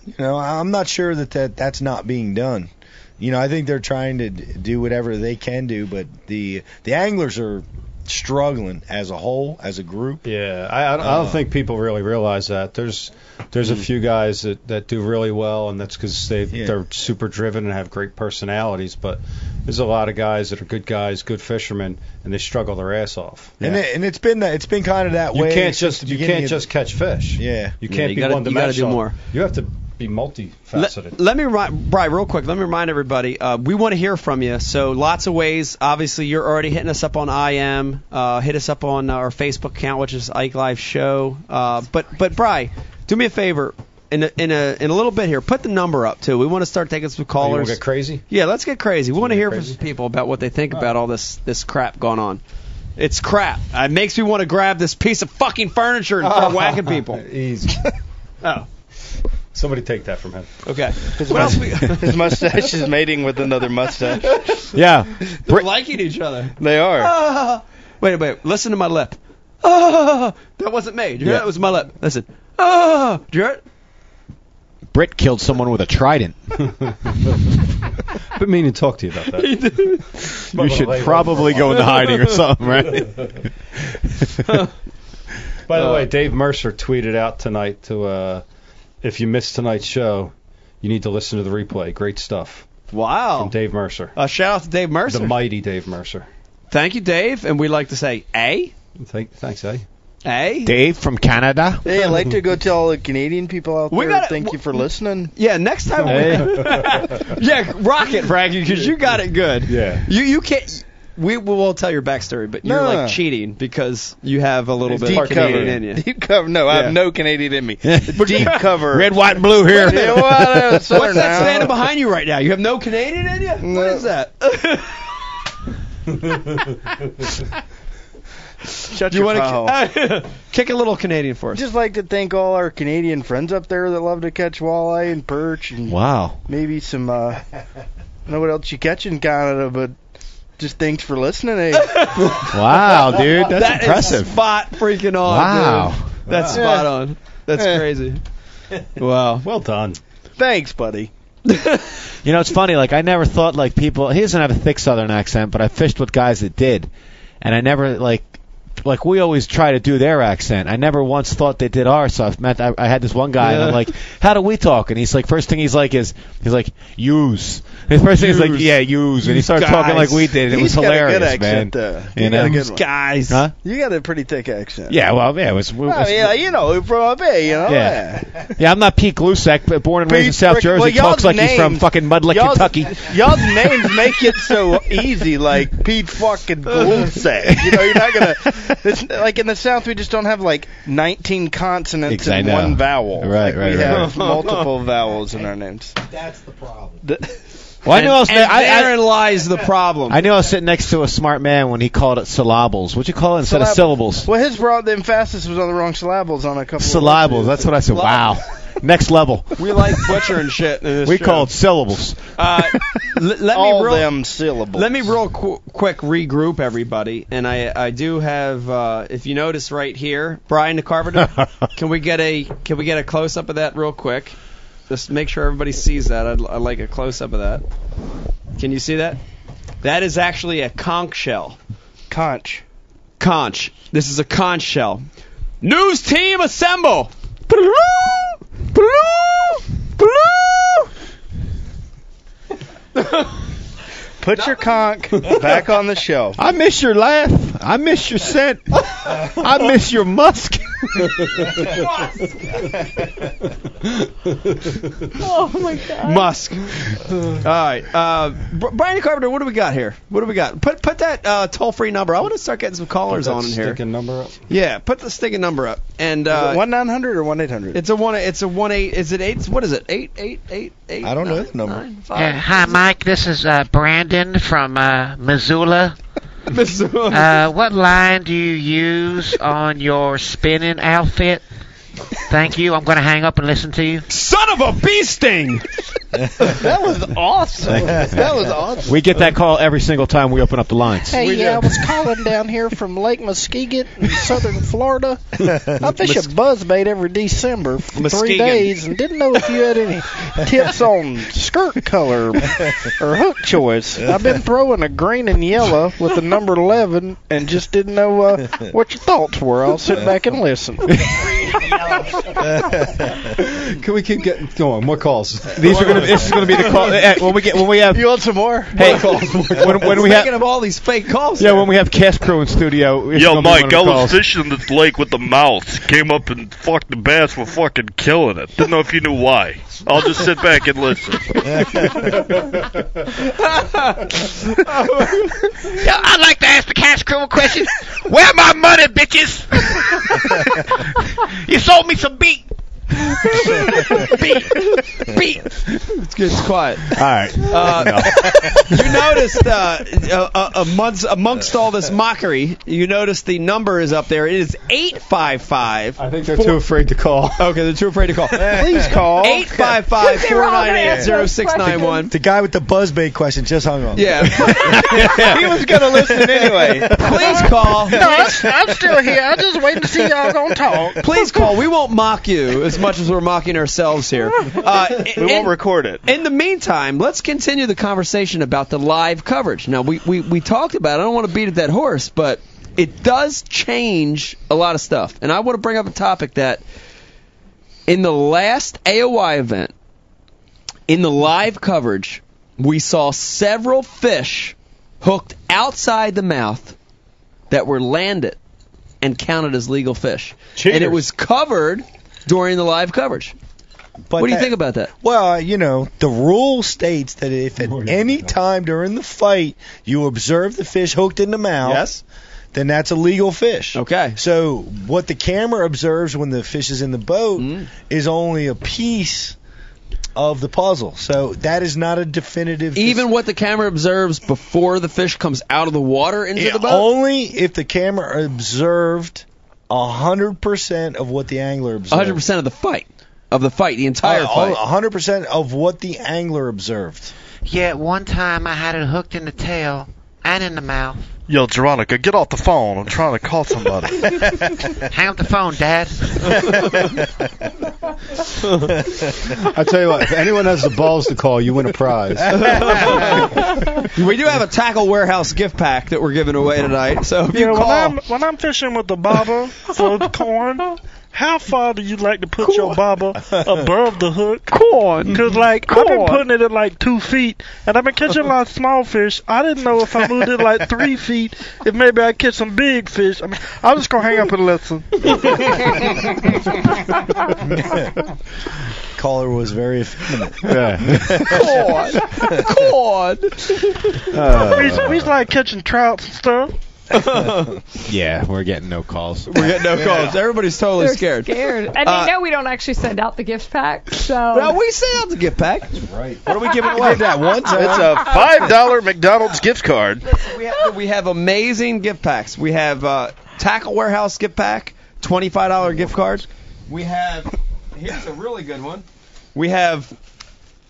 S4: you know, I'm not sure that, that that's not being done. You know, I think they're trying to d- do whatever they can do, but the the anglers are struggling as a whole, as a group.
S8: Yeah, I, I don't, I don't
S4: Uh,
S8: think people really realize that. There's there's a few guys that, that do really well, and that's because they
S4: hmm. Yeah.
S8: they're super driven and have great personalities. But there's a lot of guys that are good guys, good fishermen, and they struggle their ass off.
S4: And it, and it's been that it's been kind of that
S8: You
S4: way.
S8: can't
S4: since
S8: just
S4: the
S8: you
S4: beginning
S8: can't
S4: of-
S8: just catch fish.
S4: yeah.
S8: You
S2: Yeah,
S8: can't
S2: you
S8: be
S2: gotta-
S8: one
S2: you gotta
S8: dimensional.
S2: do more.
S8: You have to be
S2: Let,
S8: multifaceted.
S2: let me remind, Brian, real quick. Let me remind everybody. Uh, we want to hear from you. So lots of ways. Obviously, you're already hitting us up on IM. Uh, hit us up on our Facebook account, which is Ike Live Show. Uh, but but Bry, do me a favor. In a, in a in a little bit here, put the number up too. We want to start taking some
S8: Oh, you wanna
S2: callers.
S8: get crazy.
S2: Yeah, let's get crazy. We want to
S8: get
S2: hear from
S8: crazy?
S2: some people about what they think about all this this crap going on. It's crap. It makes me want to grab this piece of fucking furniture and start whacking people.
S8: Easy.
S2: Oh,
S8: Somebody take that from him.
S2: okay. What else we
S5: His mustache is mating with another mustache.
S6: Yeah.
S2: They're liking each other.
S5: They are.
S2: Ah. Wait, wait. Listen to my lip. Ah. That wasn't me. Did you hear that? It was my lip. Listen. Ah. Did you hear it?
S6: Britt killed someone with a trident.
S8: But mean to talk to you about that.
S6: You should probably go into hiding or something, right?
S8: By the
S2: Uh,
S8: way, Dave Mercer tweeted out tonight to uh, if you missed tonight's show, you need to listen to the replay. Great stuff from
S2: Wow.
S8: Dave Mercer,
S2: Uh, shout out to Dave Mercer.
S8: the mighty Dave Mercer.
S2: Thank you, Dave. And we like to say, A.
S8: Thank, thanks, eh?
S2: A.
S6: Dave from Canada.
S5: Hey, I'd like to go tell all the Canadian people out
S2: We
S5: there
S2: gotta-
S5: thank you for listening.
S2: Yeah, next time. yeah, rock it, Frankie, because you got it good.
S8: Yeah.
S2: You you can't. We we will tell your backstory, but you're
S5: No.
S2: like cheating because you have a little bit
S5: Deep
S2: of Canadian in
S5: cover.
S2: you.
S5: Deep cover. No, I
S2: Yeah.
S5: have no Canadian in me. Deep cover.
S6: Red, white, and blue here.
S5: Yeah, well, that's
S2: What's that
S5: now.
S2: standing behind you right now? You have no Canadian in you. What is that?
S5: Shut
S2: you
S5: your
S2: want
S5: mouth.
S2: to kick a little Canadian for us?
S5: just like to thank all our Canadian friends up there that love to catch walleye and perch and
S6: Wow.
S5: maybe some uh I don't know what else you catch in Canada, but just thanks for listening. eh? Hey,
S6: Wow, dude. That's
S2: That is
S6: impressive.
S2: spot freaking on.
S6: wow.
S2: dude. That's spot on. That's crazy. Wow.
S8: Well done.
S5: thanks, buddy.
S6: You know, it's funny. Like I never thought like people. He doesn't have a thick Southern accent, but I fished with guys that did, and I never like like we always try to do their accent. I never once thought they did ours. So I've met. I, I had this one guy, and I'm
S2: Yeah.
S6: like, how do we talk? And he's like, first thing he's like is he's like use. His first thing is like
S2: Use.
S6: yeah use, and he started talking like
S2: guys.
S6: we did. And it was
S5: He's got
S6: hilarious,
S5: a good accent, though.
S6: man. You
S5: You got a
S6: know?
S5: good one.
S2: Guys.
S6: Huh?
S5: You got a pretty thick accent.
S6: Yeah, well, yeah, it was. we-
S5: I mean,
S6: yeah.
S5: like, you know, from up here, you know.
S6: Yeah. I'm not Pete Glusek, but born and raised in
S5: Pete
S6: South
S5: frickin-
S6: Jersey,
S5: well, y'all's
S6: talks like he's from
S5: names-
S6: fucking Mudlick,
S5: Y'all's-
S6: Kentucky.
S5: Y'all's names make it so easy, like Pete fucking Glusek. You know, you're not gonna. It's, like in the South, we just don't have like 19 consonants
S6: Ex- I
S5: and
S6: know.
S5: one vowel.
S6: Right,
S5: Like,
S6: right,
S5: we
S6: right.
S5: have multiple vowels in our names.
S4: That's the problem.
S6: Well, I knew I was.
S2: And
S6: I, I,
S2: therein lies the problem.
S6: I knew I was sitting next to a smart man when he called it syllables. What'd you call it instead of syllables?
S5: Well, his brought the emphasis was on the wrong syllables on a couple.
S6: Syllables. That's what I said. Wow. Next level.
S2: we like butchering shit. In this
S6: We
S2: show.
S6: call it syllables.
S2: Uh, l- let
S5: all
S2: me real,
S5: them syllables.
S2: Let me real qu- quick regroup everybody, and I I do have uh, if you notice right here, Brian the Carpenter. can we get a can we get a close up of that real quick? Just make sure everybody sees that. I'd, I'd like a close up of that. Can you see that? That is actually a conch shell.
S5: conch.
S2: Conch. This is a conch shell. News team assemble.
S5: Put your conch back on the shelf.
S6: I miss your laugh. I miss your scent. I miss your musk.
S7: Oh my god.
S2: Musk. All right, uh, Br- Brian Carpenter, what do we got here? What do we got? Put put that uh, toll free number. I want to start getting some callers on in here.
S8: Stick a number up.
S2: Yeah, put the sticking number up. And uh,
S5: One nine hundred or one eight hundred.
S2: it's a one. It's a one eight. Is it eight? What is it? Eight eight eight eight.
S4: I don't know
S2: nine,
S4: the number.
S2: nine,
S10: Yeah,
S2: five.
S10: Uh, hi, Mike. This is uh, Brandon from uh, Missoula.
S2: Missoula.
S10: Uh, what line do you use on your spinning outfit? Thank you. I'm going to hang up and listen to you.
S1: Son of a bee sting!
S5: That was awesome. that was awesome.
S6: We get that call every single time we open up the lines.
S5: Hey, yeah, I was calling down here from Lake Muskegon in southern Florida. I fish a buzz bait every December for three
S2: Muskegon.
S5: days and didn't know if you had any tips on skirt color or hook choice. I've been throwing a green and yellow with the number 11 and just didn't know uh, what your thoughts were. I'll sit back and listen.
S8: Can we keep getting going? More calls.
S6: These are going to. This is going to be the call eh, when we get when we have
S5: You want some more?
S6: hey when, when we
S2: Speaking
S6: have
S2: of all these fake calls,
S6: yeah when we have cast crew in studio. it's
S11: Yo,
S6: gonna be one
S11: Mike,
S6: of the
S11: I was
S6: calls.
S11: fishing the lake with the mouths. Came up and fucked the bass were fucking killing it. Didn't know if you knew why. I'll just sit back and listen.
S10: Yo, I'd like to ask the cash crew a question. Where my money, bitches? you sold me some beat. beat. Beat.
S2: it's, it's quiet.
S6: All right.
S2: Uh, you noticed uh, uh, uh, amongst, amongst all this mockery, you noticed the number is up there. It is eight five five.
S8: I think they're too afraid to call.
S2: Okay, they're too afraid to call.
S5: Please call.
S2: Eight five five four nine eight zero six nine one.
S4: The guy with the buzz bait question just hung up.
S2: Yeah, he was gonna listen anyway. Please call.
S5: I'm still here. I'm just waiting to see y'all gonna talk.
S2: Please call. We won't mock you as much as we're mocking ourselves here. Uh,
S3: We
S2: in-
S3: won't record it.
S2: In the meantime, let's continue the conversation about the live coverage. Now, we, we, we talked about it. I don't want to beat a dead horse, but it does change a lot of stuff. And I want to bring up a topic that in the last AOY event, in the live coverage, we saw several fish hooked outside the mouth that were landed and counted as legal fish. And it
S8: Cheaters.
S2: was covered during the live coverage.
S4: But
S2: what do you
S4: that-
S2: think about that?
S4: Well, uh, you know, the rule states that if at any time during the fight you observe the fish hooked in the mouth,
S2: Yes.
S4: then that's a legal fish.
S2: Okay.
S4: So what the camera observes when the fish is in the boat
S2: Mm.
S4: is only a piece of the puzzle. So that is not a definitive.
S2: even what the camera observes before the fish comes out of the water into
S4: Yeah,
S2: the boat.
S4: only if the camera observed hundred percent of what the angler observed. Uh,
S2: 100% of the fight of the fight, the entire fight.
S4: hundred percent of what the angler observed.
S10: Yeah, at one time I had it hooked in the tail and in the mouth.
S11: Yo, Veronica, get off the phone. I'm trying to call somebody.
S10: Hang up the phone, Dad.
S8: I tell you what, if anyone has the balls to call, you win a prize.
S2: We do have a tackle warehouse gift pack that we're giving away tonight. So if you,
S12: You know, when
S2: call,
S12: I'm when I'm fishing with the bobber for the corn, how far do you like to put your bobber above the hook? Corn. Cause like I've been putting it at like two feet, and I've been catching a lot of small fish. I didn't know if I moved it like three feet, if maybe I catch some big fish. I mean, I'm just gonna hang up and listen.
S4: Caller was very effeminate.
S2: corn.
S12: We we like catching trouts and stuff.
S6: yeah, we're getting no calls.
S2: We're getting no calls. Everybody's totally
S7: They're
S2: scared.
S7: scared. And
S2: Uh,
S7: they know we don't actually send out the gift pack, so
S2: Well, we sent out the gift pack.
S8: right.
S2: What are we giving away? that one
S3: It's a five dollar McDonald's gift card.
S2: We have, we have amazing gift packs. We have uh, tackle warehouse gift pack, twenty-five dollar gift card. We have here's a really good one. We have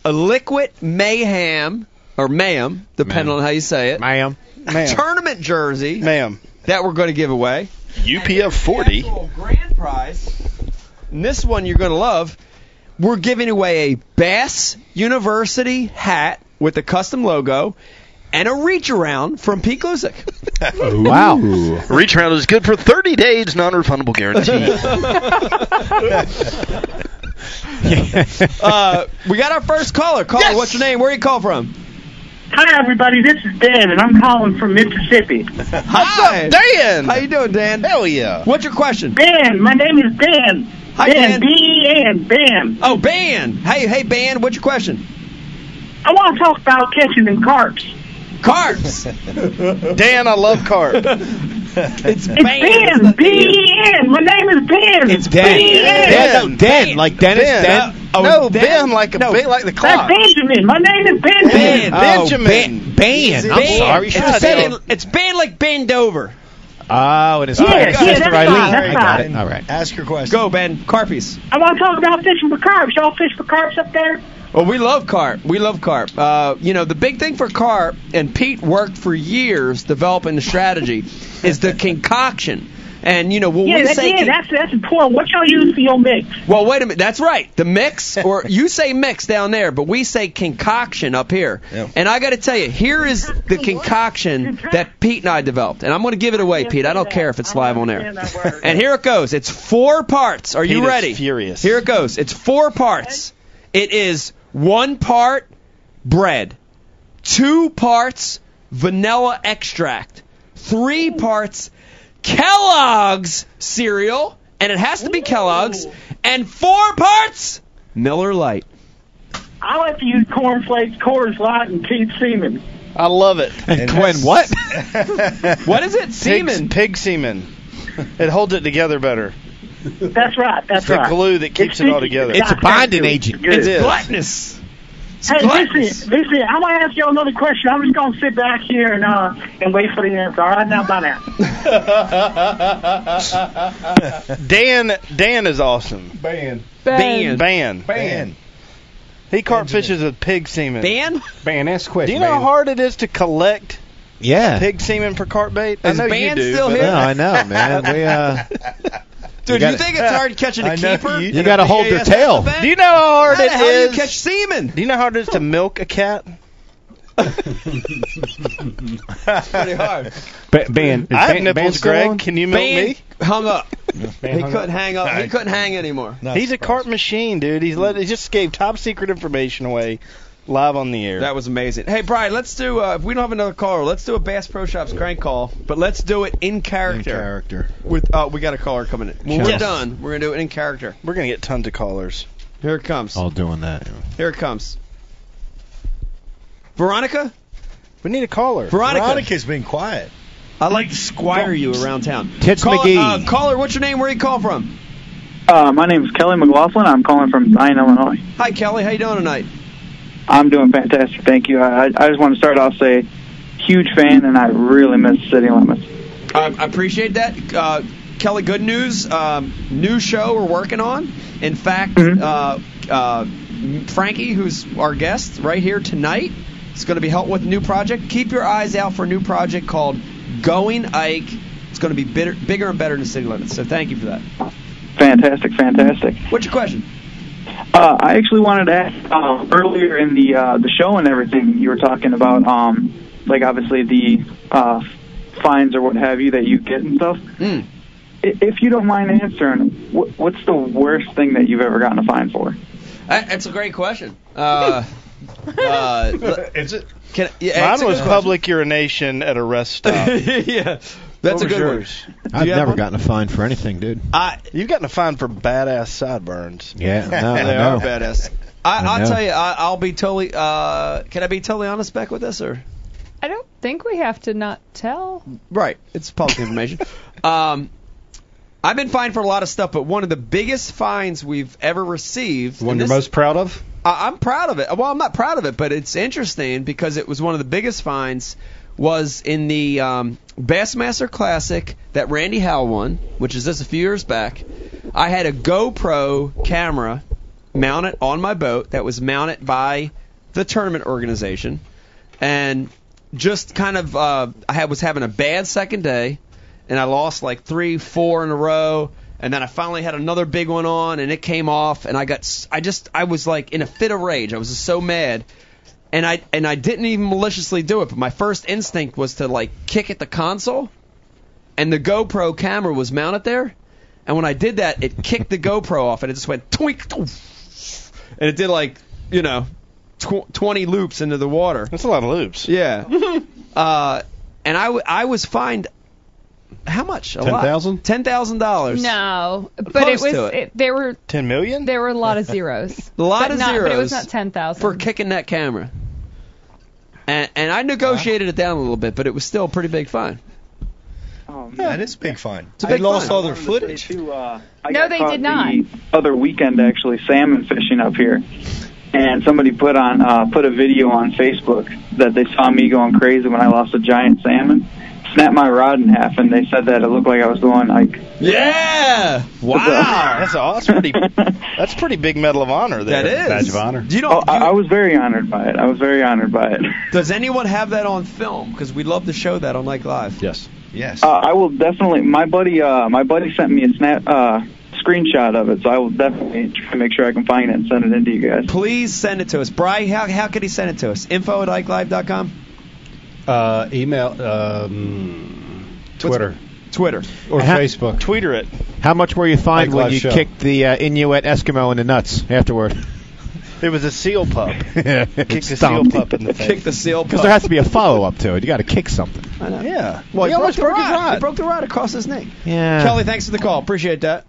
S2: a liquid mayhem or mayhem, depending
S6: Mayhem.
S2: on how you say it.
S6: Ma'am.
S5: Ma'am,
S2: Tournament jersey
S5: ma'am,
S2: that we're going to give away.
S3: UPF forty.
S2: Actual grand prize. And this one you're going to love. We're giving away a Bass University hat with a custom logo and a reach around from Pete Klusick.
S6: Oh, Wow.
S3: Reach round is good for thirty days, non-refundable guarantee.
S2: Uh, we got our first caller. Caller, what's your name? Where you call from?
S12: Hi everybody, this is Dan, and I'm calling from Mississippi.
S2: Hi.
S3: Dan.
S2: How you doing, Dan?
S3: Hell yeah.
S2: What's your question?
S12: Dan, my name is Dan.
S2: Hi, Dan.
S12: Dan, D-E-N, Dan.
S2: Oh, Ban. Hey, hey, Ban. What's your question?
S12: I want to talk about catching them carps.
S2: Cards.
S3: Dan, I love carp.
S2: It's
S12: It's
S2: Ban.
S12: Ben, B-E-N. My name is Ben. It's
S6: Den.
S12: Ben.
S6: Den. Den. Like Dennis.
S3: Ben.
S6: Den.
S2: Oh,
S3: no,
S2: Dan-
S3: Ben like a
S9: Oh.
S2: no.
S3: Ben like the
S12: That's
S3: clock.
S12: Benjamin. My name is
S2: Ben.
S12: Benjamin.
S6: Oh,
S3: Benjamin.
S6: Ban. Ban. I'm
S2: Ban.
S6: sorry.
S2: It's
S6: God
S2: Ban.
S6: damn.
S2: It's Ban like bend over.
S6: Oh, and it's
S9: Yeah,
S6: Mr.
S9: yeah, that's
S6: Eileen.
S9: fine, that's
S6: I got
S9: fine.
S6: it. All right.
S4: Ask your question.
S2: Go, Ben. Carpies.
S9: I want to talk about fishing for carps. Y'all fish for carps up there?
S2: Well, we love carp. We love carp. Uh, you know, the big thing for carp, and Pete worked for years developing the strategy, is the concoction. And you know, when
S9: yeah,
S2: we
S9: that,
S2: say
S9: yeah,
S2: con-
S9: that's that's important. What y'all use for your mix?
S2: well, wait a minute. That's right. The mix, or you say mix down there, but we say concoction up here. And I got to tell you, here is the concoction that Pete and I developed. And I'm going to give it away, Pete. I don't care if it's live on air. And here it goes. It's four parts. Are you
S5: Pete is
S2: ready?
S5: furious.
S2: Here it goes. It's four parts. It is one part bread, two parts vanilla extract, three parts Kellogg's cereal, and it has to be Kellogg's, and four parts Miller Lite.
S9: I like to use cornflakes, Coors Light, and Keith Seaman.
S5: I love it.
S6: And Gwen, what?
S2: what is it? Semen?
S5: Pig, semen. It holds it together better.
S9: That's right. That's
S5: It's the
S9: right.
S5: glue that keeps it all together.
S9: It's a bonding agent. It's
S5: It is.
S2: gluttonous.
S9: Hey, listen, listen. I'm gonna ask y'all another question. I'm just gonna sit back here and uh and wait for the answer. All right, now bye now.
S5: Dan Dan is awesome.
S8: Ban.
S5: Ban. Ban.
S8: Ban.
S5: He carp fishes with pig semen.
S2: Ban?
S8: Ban. That's quick.
S5: Do you know how hard it is to collect
S6: Yeah.
S5: pig semen for carp bait?
S2: Is
S5: I know
S2: Ban
S5: you do.
S2: still
S5: but-
S2: here?
S6: No, I know, man. We uh,
S2: Dude,
S6: You
S2: you,
S6: gotta-
S2: think it's hard catching a
S8: I know
S2: keeper?
S8: you-
S6: you got to hold your
S2: Yeah, that's
S6: tail.
S2: the fact.
S5: Do you know how hard
S2: How the
S5: it
S2: hell
S5: is?
S2: do you catch semen?
S5: do you know how hard it is to milk a cat?
S2: Pretty hard.
S8: Ban.
S5: I have nipples, Greg. Can you milk
S2: Ban
S5: me?
S2: hung up. he
S8: hung
S2: couldn't hang up. He couldn't hang anymore.
S5: He's a carp machine, dude. He's let he just gave top secret information away live on the air.
S2: That was amazing. Hey, Brian, let's do. Uh, if we don't have another caller, let's do a Bass Pro Shops crank call, but let's do it in character.
S6: Character.
S2: With uh, we got a caller coming in. When we're
S6: Yes.
S2: done, we're gonna do it in character.
S5: We're gonna get tons of callers.
S2: Here it comes.
S6: All doing that.
S2: Here it comes. Veronica,
S5: We need a caller.
S2: Veronica,
S4: Veronica's been quiet.
S2: I like to squire you around town.
S6: Tits
S2: Call-
S6: McGee.
S2: Uh, caller, what's your name? Where you call from?
S13: Uh, my name is Kelly McLaughlin. I'm calling from Zion, Illinois.
S2: Hi, Kelly. How you doing tonight?
S13: I'm doing fantastic. Thank you. I, I I just want to start off say, huge fan, and I really miss City Limits.
S2: I, I appreciate that. Uh, Kelly, good news. Um, new show we're working on. In fact,
S6: Mm-hmm.
S2: uh, uh, Frankie, who's our guest right here tonight, is going to be helping with a new project. Keep your eyes out for a new project called Going Ike. It's going to be bitter, bigger and better than City Limits. So thank you for that.
S13: Fantastic, fantastic.
S2: What's your question?
S13: Uh, I actually wanted to ask uh, earlier in the uh, the show and everything you were talking about, um, like obviously the uh, fines or what have you that you get and stuff.
S2: Mm.
S13: I- If you don't mind answering, wh- what's the worst thing that you've ever gotten a fine for?
S2: That- That's a great question. Uh, uh,
S8: Is it?
S2: can, yeah, it's
S5: Mine
S2: a
S5: was
S2: good question.
S5: public urination at a rest stop.
S2: yeah, that's a good one.
S6: I've
S2: you have
S6: never
S2: one?
S6: gotten a fine for anything, dude.
S2: I,
S5: You've gotten a fine for badass sideburns.
S6: Yeah, no,
S2: they
S6: I know.
S2: are badass. I,
S6: I
S2: I'll
S6: know.
S2: tell you, I, I'll be totally. Uh, can I be totally honest back with this, or
S7: I don't think we have to not tell.
S2: right? It's public information. um, I've been fined for a lot of stuff, but one of the biggest fines we've ever received.
S8: The one
S2: and
S8: you're
S2: this-
S8: most proud of?
S2: I, I'm proud of it. Well, I'm not proud of it, but it's interesting because it was one of the biggest finds. Was in the um, Bassmaster Classic that Randy Howe won, which is just a few years back. I had a GoPro camera mounted on my boat that was mounted by the tournament organization, and just kind of uh, I had, was having a bad second day, and I lost like three, four in a row, and then I finally had another big one on, and it came off, and I got s- I just I was like in a fit of rage. I was just so mad. And I and I didn't even maliciously do it, but my first instinct was to like kick at the console, and the GoPro camera was mounted there, and when I did that, it kicked the GoPro off, and it just went twink, twoof, and it did like you know tw- 20 loops into the water.
S5: That's a lot of loops.
S2: Yeah. uh, and I, w- I was fined how much? A lot.
S8: $10,000?
S2: Ten thousand dollars.
S7: No, but it
S2: Close
S7: was
S2: to it.
S7: there were
S5: Ten million?
S7: there were a lot of zeros.
S2: A lot
S7: But
S2: of
S7: not, But it was
S2: zeros
S7: not ten thousand.
S2: for kicking that camera. And and I negotiated it down a little bit, but it was still a pretty big fine.
S13: Oh, man.
S4: That is big fun.
S2: a big
S4: they lost
S2: fun.
S4: all their footage.
S13: Too, uh, I
S7: No,
S13: got
S7: they
S13: caught
S7: did not.
S13: The other weekend, actually, salmon fishing up here, and somebody put on uh, put a video on Facebook that they saw me going crazy when I lost a giant salmon. snapped my rod in half, and they said that it looked like I was going like
S2: Yeah.
S3: Wow. That's awesome. That's pretty. That's pretty big medal of honor. There.
S2: That is. Badge of honor. Do you know-
S13: Oh, I, I was very honored by it. I was very honored by it.
S2: Does anyone have that on film? Because we'd love to show that on Lake Live.
S8: Yes. Yes.
S13: Uh, I will definitely. My buddy, uh, my buddy sent me a snap uh, screenshot of it, so I will definitely try to make sure I can find it and send it in to you guys.
S2: Please send it to us. Bry, how, how could he send it to us? Info at IkeLive.com?
S8: Uh, email, um, Twitter.
S2: Twitter.
S8: Or
S6: Ha-
S8: Facebook.
S3: Twitter it.
S6: How much were you fined
S8: Like
S6: when
S8: last
S6: you
S8: show.
S6: kicked the uh, Inuit Eskimo in the nuts afterward?
S3: It was a seal pup.
S6: Kick
S3: the seal pup in the face.
S2: Kick the seal
S6: Because there has to be a follow up to it. You got to kick something.
S3: Yeah.
S2: Well,
S3: He
S2: he,
S3: almost
S2: broke,
S3: broke
S2: the
S3: his
S2: rod. Oh,
S3: rod.
S2: He broke the rod across his neck.
S6: Yeah.
S2: Kelly, thanks for the call. Appreciate that.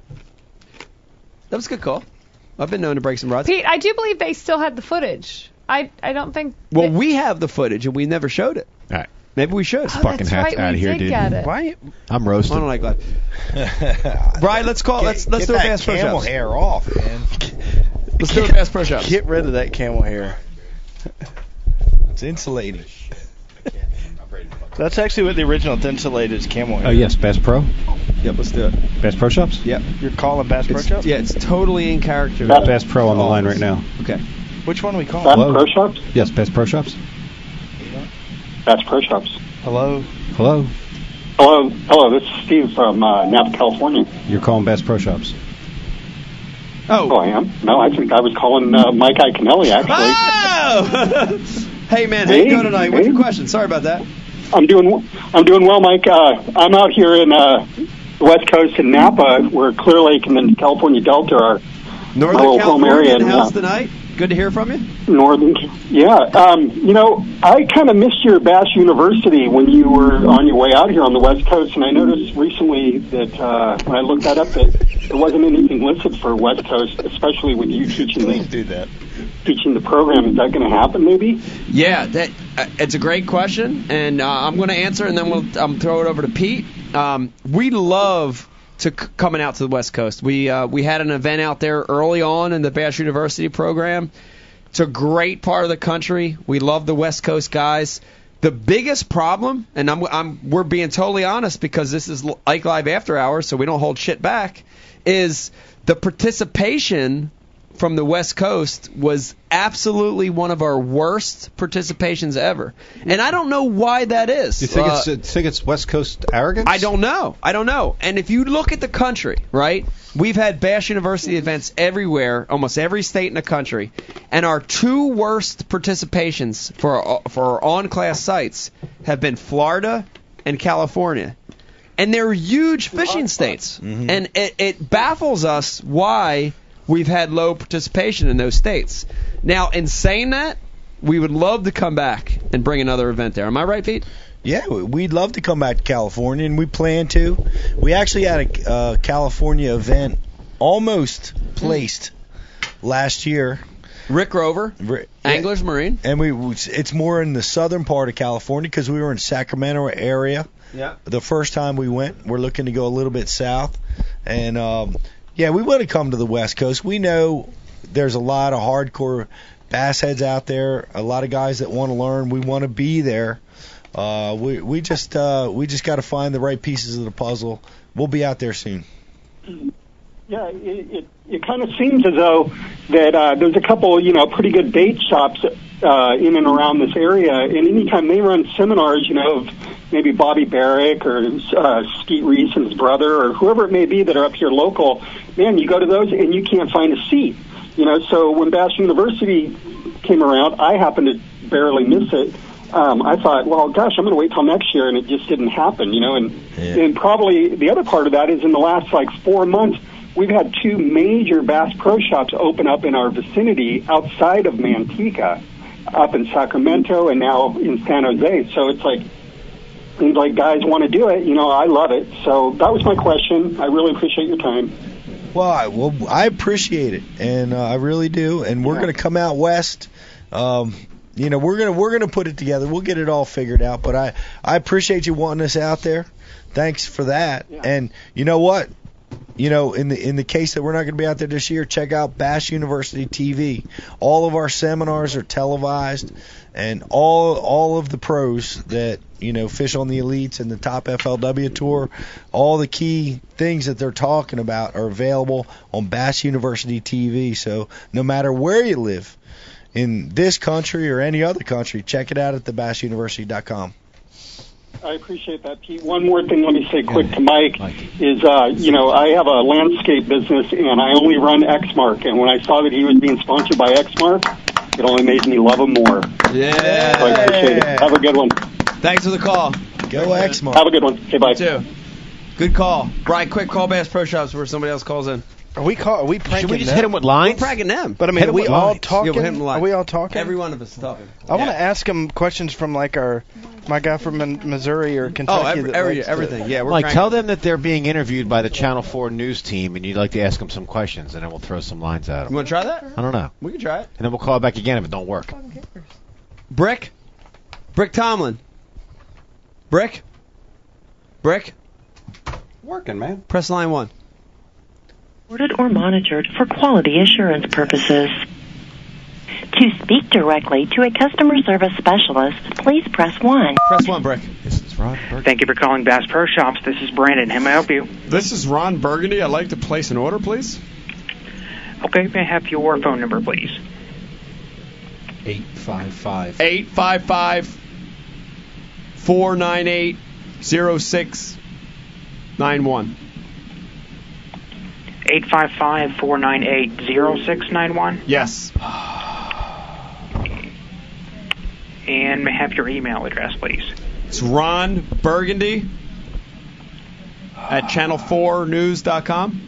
S2: That was a good call. I've been known to break some rods.
S7: Pete, I do believe they still had the footage. I I don't think.
S2: Well, we have the footage and we never showed it.
S6: All right.
S2: Maybe we should.
S7: Oh, Fucking that's hat's right, outta we here, did dude. get it.
S2: Why?
S6: I'm roasted.
S2: On like Brian, let's call. let's let's
S4: Get
S2: do a
S4: that
S2: fast push
S4: camel
S2: up.
S4: hair off, man.
S2: Let's do a fast push up.
S3: Get rid of that camel hair.
S4: It's insulating.
S3: That's actually what the original Thinsulate is camel hair.
S8: Oh, yes, Best Pro.
S2: Yep, let's do it.
S8: Best Pro Shops?
S2: Yep.
S3: You're calling Bass Pro Shops?
S2: Yeah, it's totally in character.
S8: Best Pro on the line right now.
S2: Okay.
S3: Which one are we calling?
S8: Hello?
S14: Shops?
S8: Yes, Best Pro Shops.
S14: That's Pro Shops.
S3: Hello.
S8: Hello.
S14: Hello, hello. This is Steve from uh, Napa, California.
S8: You're calling Best Pro Shops.
S2: Oh.
S14: I am. No, I think I was calling uh, Mike Iaconelli actually.
S2: Oh! hey man, how you
S14: Hey,
S2: doing tonight? What's
S14: hey.
S2: your question? Sorry about that.
S14: I'm doing I'm doing well, Mike. Uh, I'm out here in uh, the West Coast in Napa, where Clear Lake and then California Delta are
S2: Northern
S14: my little home
S2: California
S14: area.
S2: in the
S14: and, uh,
S2: house tonight. Good to hear from you.
S14: Northern, yeah. Um, you know, I kind of missed your Bass University when you were on your way out here on the West Coast, and I noticed recently that uh, when I looked that up, that there wasn't anything listed for West Coast, especially with you teaching the do that. teaching the program. Is that going to happen? Maybe.
S2: Yeah, that uh, it's a great question, and uh, I'm going to answer, and then we'll um, throw it over to Pete. Um, we love to c- coming out to the West Coast. We uh, we had an event out there early on in the Bash University program. It's a great part of the country. We love the West Coast guys. The biggest problem, and I'm, I'm we're being totally honest because this is L- Ike Live After Hours, so we don't hold shit back, is the participation from the West Coast was absolutely one of our worst participations ever. And I don't know why that is.
S8: You think
S2: Uh,
S8: it's you think it's West Coast arrogance?
S2: I don't know. I don't know. And if you look at the country, right? We've had Bash University events everywhere, almost every state in the country, and our two worst participations for our, for our on-class sites have been Florida and California. And they're huge fishing states. And it, it baffles us why we've had low participation in those states. Now, in saying that, we would love to come back and bring another event there. Am I right, Pete?
S4: Yeah, we- we'd love to come back to California, and we plan to. We actually had a uh, California event almost placed last year,
S2: Rick Rover,
S4: Ri-
S2: Anglers Marine.
S4: and we it's more in the southern part of California because we were in Sacramento area.
S2: Yeah.
S4: the first time we went. We're looking to go a little bit south, and um, yeah, we want to come to the West Coast. We know there's a lot of hardcore bass heads out there, a lot of guys that want to learn. We want to be there. Uh, we we just uh, we just got to find the right pieces of the puzzle. We'll be out there soon.
S14: Yeah, it, it, it kind of seems as though that uh, there's a couple, you know, pretty good bait shops uh, in and around this area, and anytime they run seminars, you know, of maybe Bobby Barrick or uh, Skeet Reese and his brother or whoever it may be that are up here local, man, you go to those and you can't find a seat. You know, so when Bass University came around, I happened to barely miss it. Um, I thought, well, gosh, I'm going to wait till next year, and it just didn't happen, you know. And and probably the other part of that is in the last like four months, we've had two major Bass Pro Shops open up in our vicinity outside of Manteca, up in Sacramento, and now in San Jose. So it's like seems like guys want to do it. You know, I love it. So that was my question. I really appreciate your time.
S4: Well, I, well, I appreciate it, and uh, I really do. And we're going to come out west. Um, you know, we're gonna we're gonna put it together. We'll get it all figured out. But I I appreciate you wanting us out there. Thanks for that. And you know what? you know, in the in the case that we're not going to be out there this year, check out Bash University TV. All of our seminars are televised, and all all of the pros that you know fish on the elites and the top FLW tour, all the key things that they're talking about are available on Bash University TV. So no matter where you live in this country or any other country, check it out at thebashuniversity.com.
S14: I appreciate that, Pete. One more thing, let me say quick to Mike is, uh, you know, I have a landscape business and I only run Xmark. And when I saw that he was being sponsored by Xmark, it only made me love him more.
S2: Yeah.
S14: So I appreciate it. Have a good one.
S2: Thanks for the call.
S4: Go Xmark.
S14: Have a good one. Okay, bye.
S2: too. Good call. Brian, quick call Bass Pro Shops where somebody else calls in.
S5: Are we call? Are we pranking
S2: Should we just
S5: them?
S2: hit him with lines? We're pranking them.
S5: But I mean,
S2: Hit
S5: are
S2: 'em
S5: we
S2: with
S5: all
S2: lines.
S5: talking?
S2: Yeah, we'll hit 'em with
S5: Are
S2: lines.
S5: we all talking?
S2: Every one of us is talking.
S5: I want to ask him questions from like our my guy from Min- Missouri
S3: Oh,
S5: or Kentucky. that likes to-
S6: like tell them that they're being interviewed by the Channel Four news team, and you'd like to ask them some questions, and then we'll throw some lines at them.
S2: You want to try that?
S6: I don't know.
S2: We can try it.
S6: And then we'll call back again if it don't work.
S2: Brick? Brick Tomlin. Brick? Brick?
S8: Working, man.
S2: Press line one.
S9: recorded or monitored for quality assurance purposes. To speak directly to a customer service specialist, please press 1.
S2: Press 1, Brick.
S10: Thank you for calling Bass Pro Shops. This is Brandon. How may I help you?
S1: This is Ron Burgundy. I'd like to place an order, please.
S10: Okay, may I have your phone number, please?
S8: Eight five five.
S2: 855 498 0691.
S10: 855-498-0691.
S2: Yes.
S10: And may I have your email address, please?
S2: It's Ron Burgundy at channel4news.com.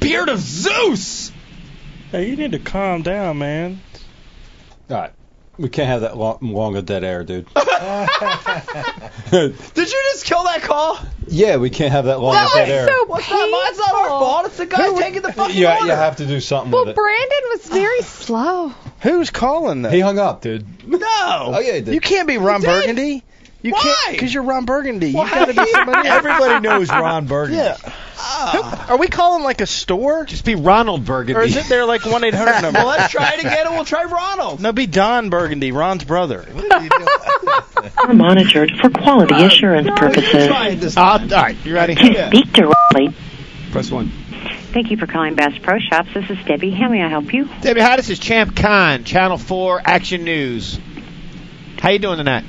S2: Beard of Zeus!
S12: Hey, you need to calm down, man.
S8: All right. We can't have that long, long of dead air, dude.
S2: Did you just kill that call?
S8: yeah, we can't have that long
S7: That
S8: of dead
S7: was
S8: air.
S7: so
S2: What's not mine? It's not our fault. It's the guy taking the fucking
S8: yeah,
S2: order.
S8: you have to do something
S7: Well,
S8: with it.
S7: Brandon was very slow.
S5: Who's calling that?
S8: He hung up, dude.
S2: No. Oh
S8: yeah, he did.
S5: You can't be Ron
S8: He did.
S5: Burgundy. You
S8: Why?
S5: can't because you're Ron Burgundy.
S8: Why?
S5: You gotta be somebody. else.
S4: Everybody knows Ron Burgundy.
S5: Yeah.
S2: Ah.
S5: Who- Are we calling like a store?
S6: Just be Ronald Burgundy.
S5: Or is it their like one eight hundred number?
S2: well, let's try it again and we'll try Ronald.
S5: No, be Don Burgundy, Ron's brother.
S9: Or monitored for quality assurance purposes.
S6: Uh, all right, you ready?
S9: To speak directly.
S2: Press 1.
S9: Thank you for calling Bass Pro Shops. This is Debbie. How may I help you?
S6: Debbie, hi. This is Champ Khan, Channel Four Action News. How you doing tonight?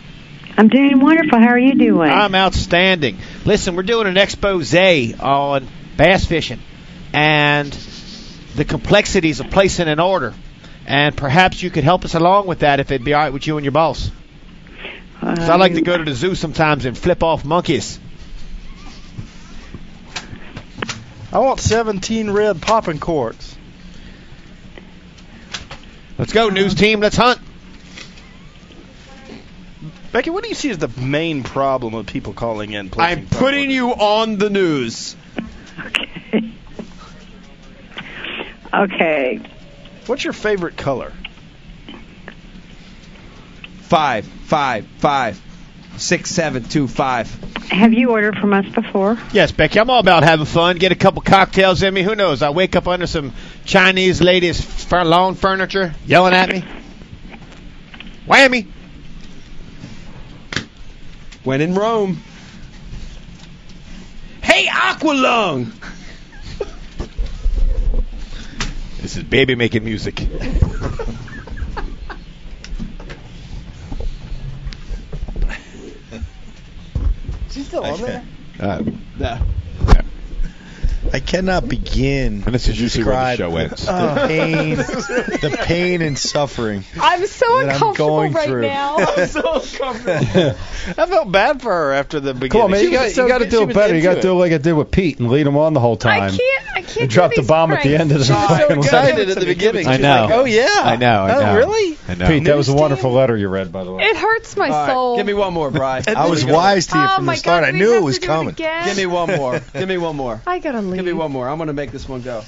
S9: I'm doing wonderful. How are you doing?
S6: I'm outstanding. Listen, we're doing an expose on bass fishing and the complexities of placing an order. And perhaps you could help us along with that if it'd be all right with you and your boss. 'Cause I like to go to the zoo sometimes and flip off monkeys.
S5: I want seventeen red popping corks.
S6: Let's go, news team. Let's hunt.
S5: Becky, what do you see as the main problem of people calling in? placing
S2: I'm putting you on the news.
S9: Okay.
S5: What's your favorite color?
S2: Five, five, five, six, seven, two, five.
S9: Have you ordered from us before?
S6: Yes, Becky, I'm all about having fun. Get a couple cocktails in me. Who knows? I wake up under some Chinese lady's fur- lawn furniture yelling at me. Whammy.
S2: When in Rome. Hey, Aqualung!
S6: This is baby making music.
S5: She's still on there.
S6: Uh,
S4: I cannot begin and this is to
S6: usually where
S4: describe
S6: the show ends.
S4: the pain, the pain and suffering.
S7: I'm so
S4: That I'm
S7: uncomfortable
S4: going
S7: right
S4: through.
S7: now.
S4: I'm
S2: so uncomfortable.
S5: I felt bad for her after the beginning.
S8: Come on, man.
S5: She
S8: You
S5: was
S8: got,
S5: so
S8: you got to
S5: good.
S8: do
S5: She
S8: it
S5: was
S8: better. You
S5: into
S8: got to
S5: it.
S8: do like I did with Pete and lead him on the whole time.
S7: I can't. I can't.
S8: And
S7: do
S8: drop the
S7: these
S8: bomb at the
S7: pranks.
S8: end of the
S5: I'm
S8: fucking
S5: excited
S8: letter.
S5: at the beginning.
S8: I
S5: She's
S8: know.
S5: like, oh yeah.
S8: I know, I
S5: oh,
S8: know.
S5: really?
S6: I know.
S8: Pete, that was a wonderful letter you read, by the way.
S7: It hurts my
S2: All right,
S7: soul.
S2: give me one more, Brian.
S4: I was wise to you
S7: Oh
S4: from
S7: my
S4: the start.
S7: God,
S4: I
S7: we
S4: knew
S7: have
S4: it was
S7: to do it
S4: coming.
S7: again?
S2: Give me one more. Give me one more.
S7: I gotta leave.
S2: Give me one more. I'm going to make this one go.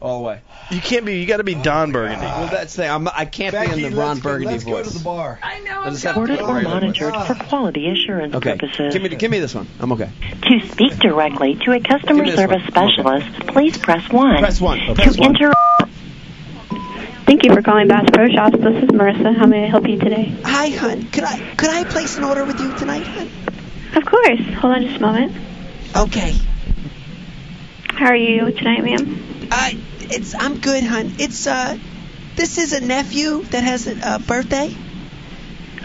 S2: all the way.
S3: You can't be. You got to be Don Burgundy.
S2: Well, that's the thing. I'm, I can't be in the Ron Burgundy voice.
S8: bar.
S2: I know.
S9: Recorded or monitored for quality assurance
S2: Okay.
S9: purposes.
S2: Give me, give me this one. I'm okay.
S9: To speak directly to a
S2: Give
S9: customer
S2: me this
S9: service
S2: one. I'm
S9: specialist, please press 1.
S2: Press one.
S9: To
S2: Press one.
S9: enter.
S15: Thank you for calling Bass Pro Shops. This is Marissa. How may I help you today?
S16: Hi, hun. Could I could I place an order with you tonight, hun?
S15: Of course. Hold on just a moment.
S16: Okay.
S15: How are you tonight, ma'am?
S16: Uh, it's I'm good, hun. It's uh, this is a nephew that has a uh, birthday.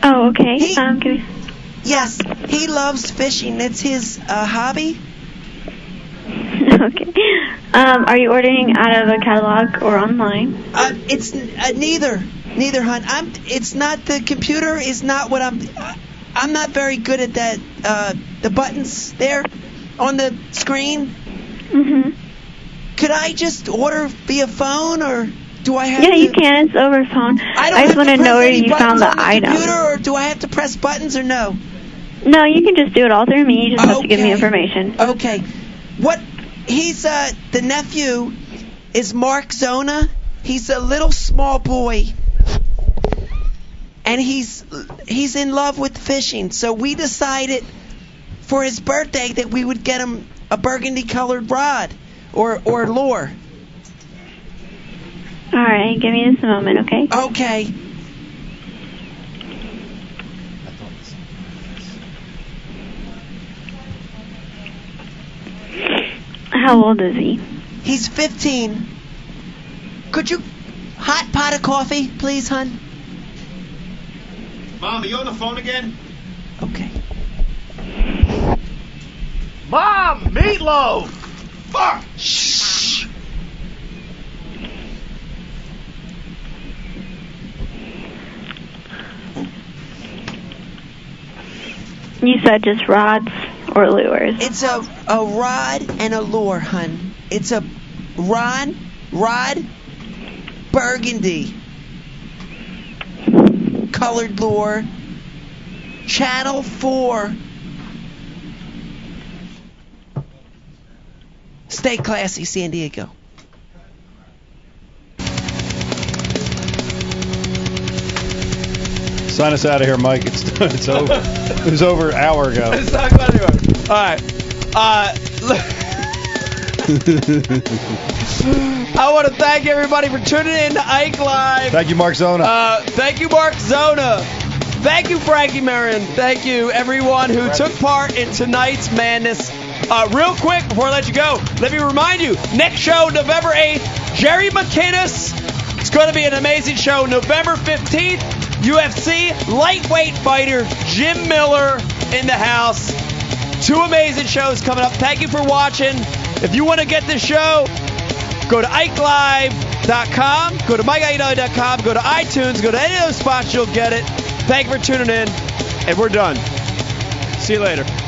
S15: Oh, okay. um, give me.
S16: Yes, he loves fishing. It's his uh, hobby.
S15: okay. Um, are you ordering out of a catalog or online?
S16: Uh, it's n- uh, neither, neither, hun. I'm. It's not the computer is not what I'm. I- I'm not very good at that. Uh, the buttons there on the screen.
S15: Mm-hmm.
S16: Could I just order via phone or do I have
S15: Yeah,
S16: to?
S15: you can. It's over phone.
S16: I don't
S15: I just
S16: have
S15: want to
S16: press
S15: know where
S16: any
S15: you
S16: buttons
S15: found the
S16: on
S15: item.
S16: Computer or do I have to press buttons or no?
S15: No, you can just do it all through me. You just have to give me information.
S16: Okay. What he's uh the nephew is Mark Zona. He's a little small boy. And he's he's in love with fishing. So we decided for his birthday that we would get him a burgundy colored rod or or lure.
S15: All right, give me just a moment, okay?
S16: Okay.
S15: How old is he?
S16: He's 15. Could you hot pot of coffee, please, hun?
S11: Mom, are you on the phone again?
S16: Okay.
S11: Mom, meatloaf. Fuck.
S16: Shh.
S15: You said just rods or lures.
S16: It's a a rod and a lure, hun. It's a Ron Rod Burgundy colored lure. Channel four. Stay classy, San Diego.
S8: Sign us out of here, Mike. It's it's over. it was over an hour ago.
S2: It's not going anywhere. All right. Uh, I want to thank everybody for tuning in to Ike Live.
S8: Thank you, Mark Zona.
S2: Uh, thank you, Mark Zona. Thank you, Frankie Marin. Thank you, everyone who took part in tonight's madness. Uh, real quick, before I let you go, let me remind you next show, November 8th, Jerry McKinnis. It's going to be an amazing show. November 15th, UFC lightweight fighter Jim Miller in the house. Two amazing shows coming up. Thank you for watching. If you want to get this show, go to IkeLive.com, go to MikeIkeNow.com, go to iTunes, go to any of those spots, you'll get it. Thank you for tuning in, and we're done. See you later.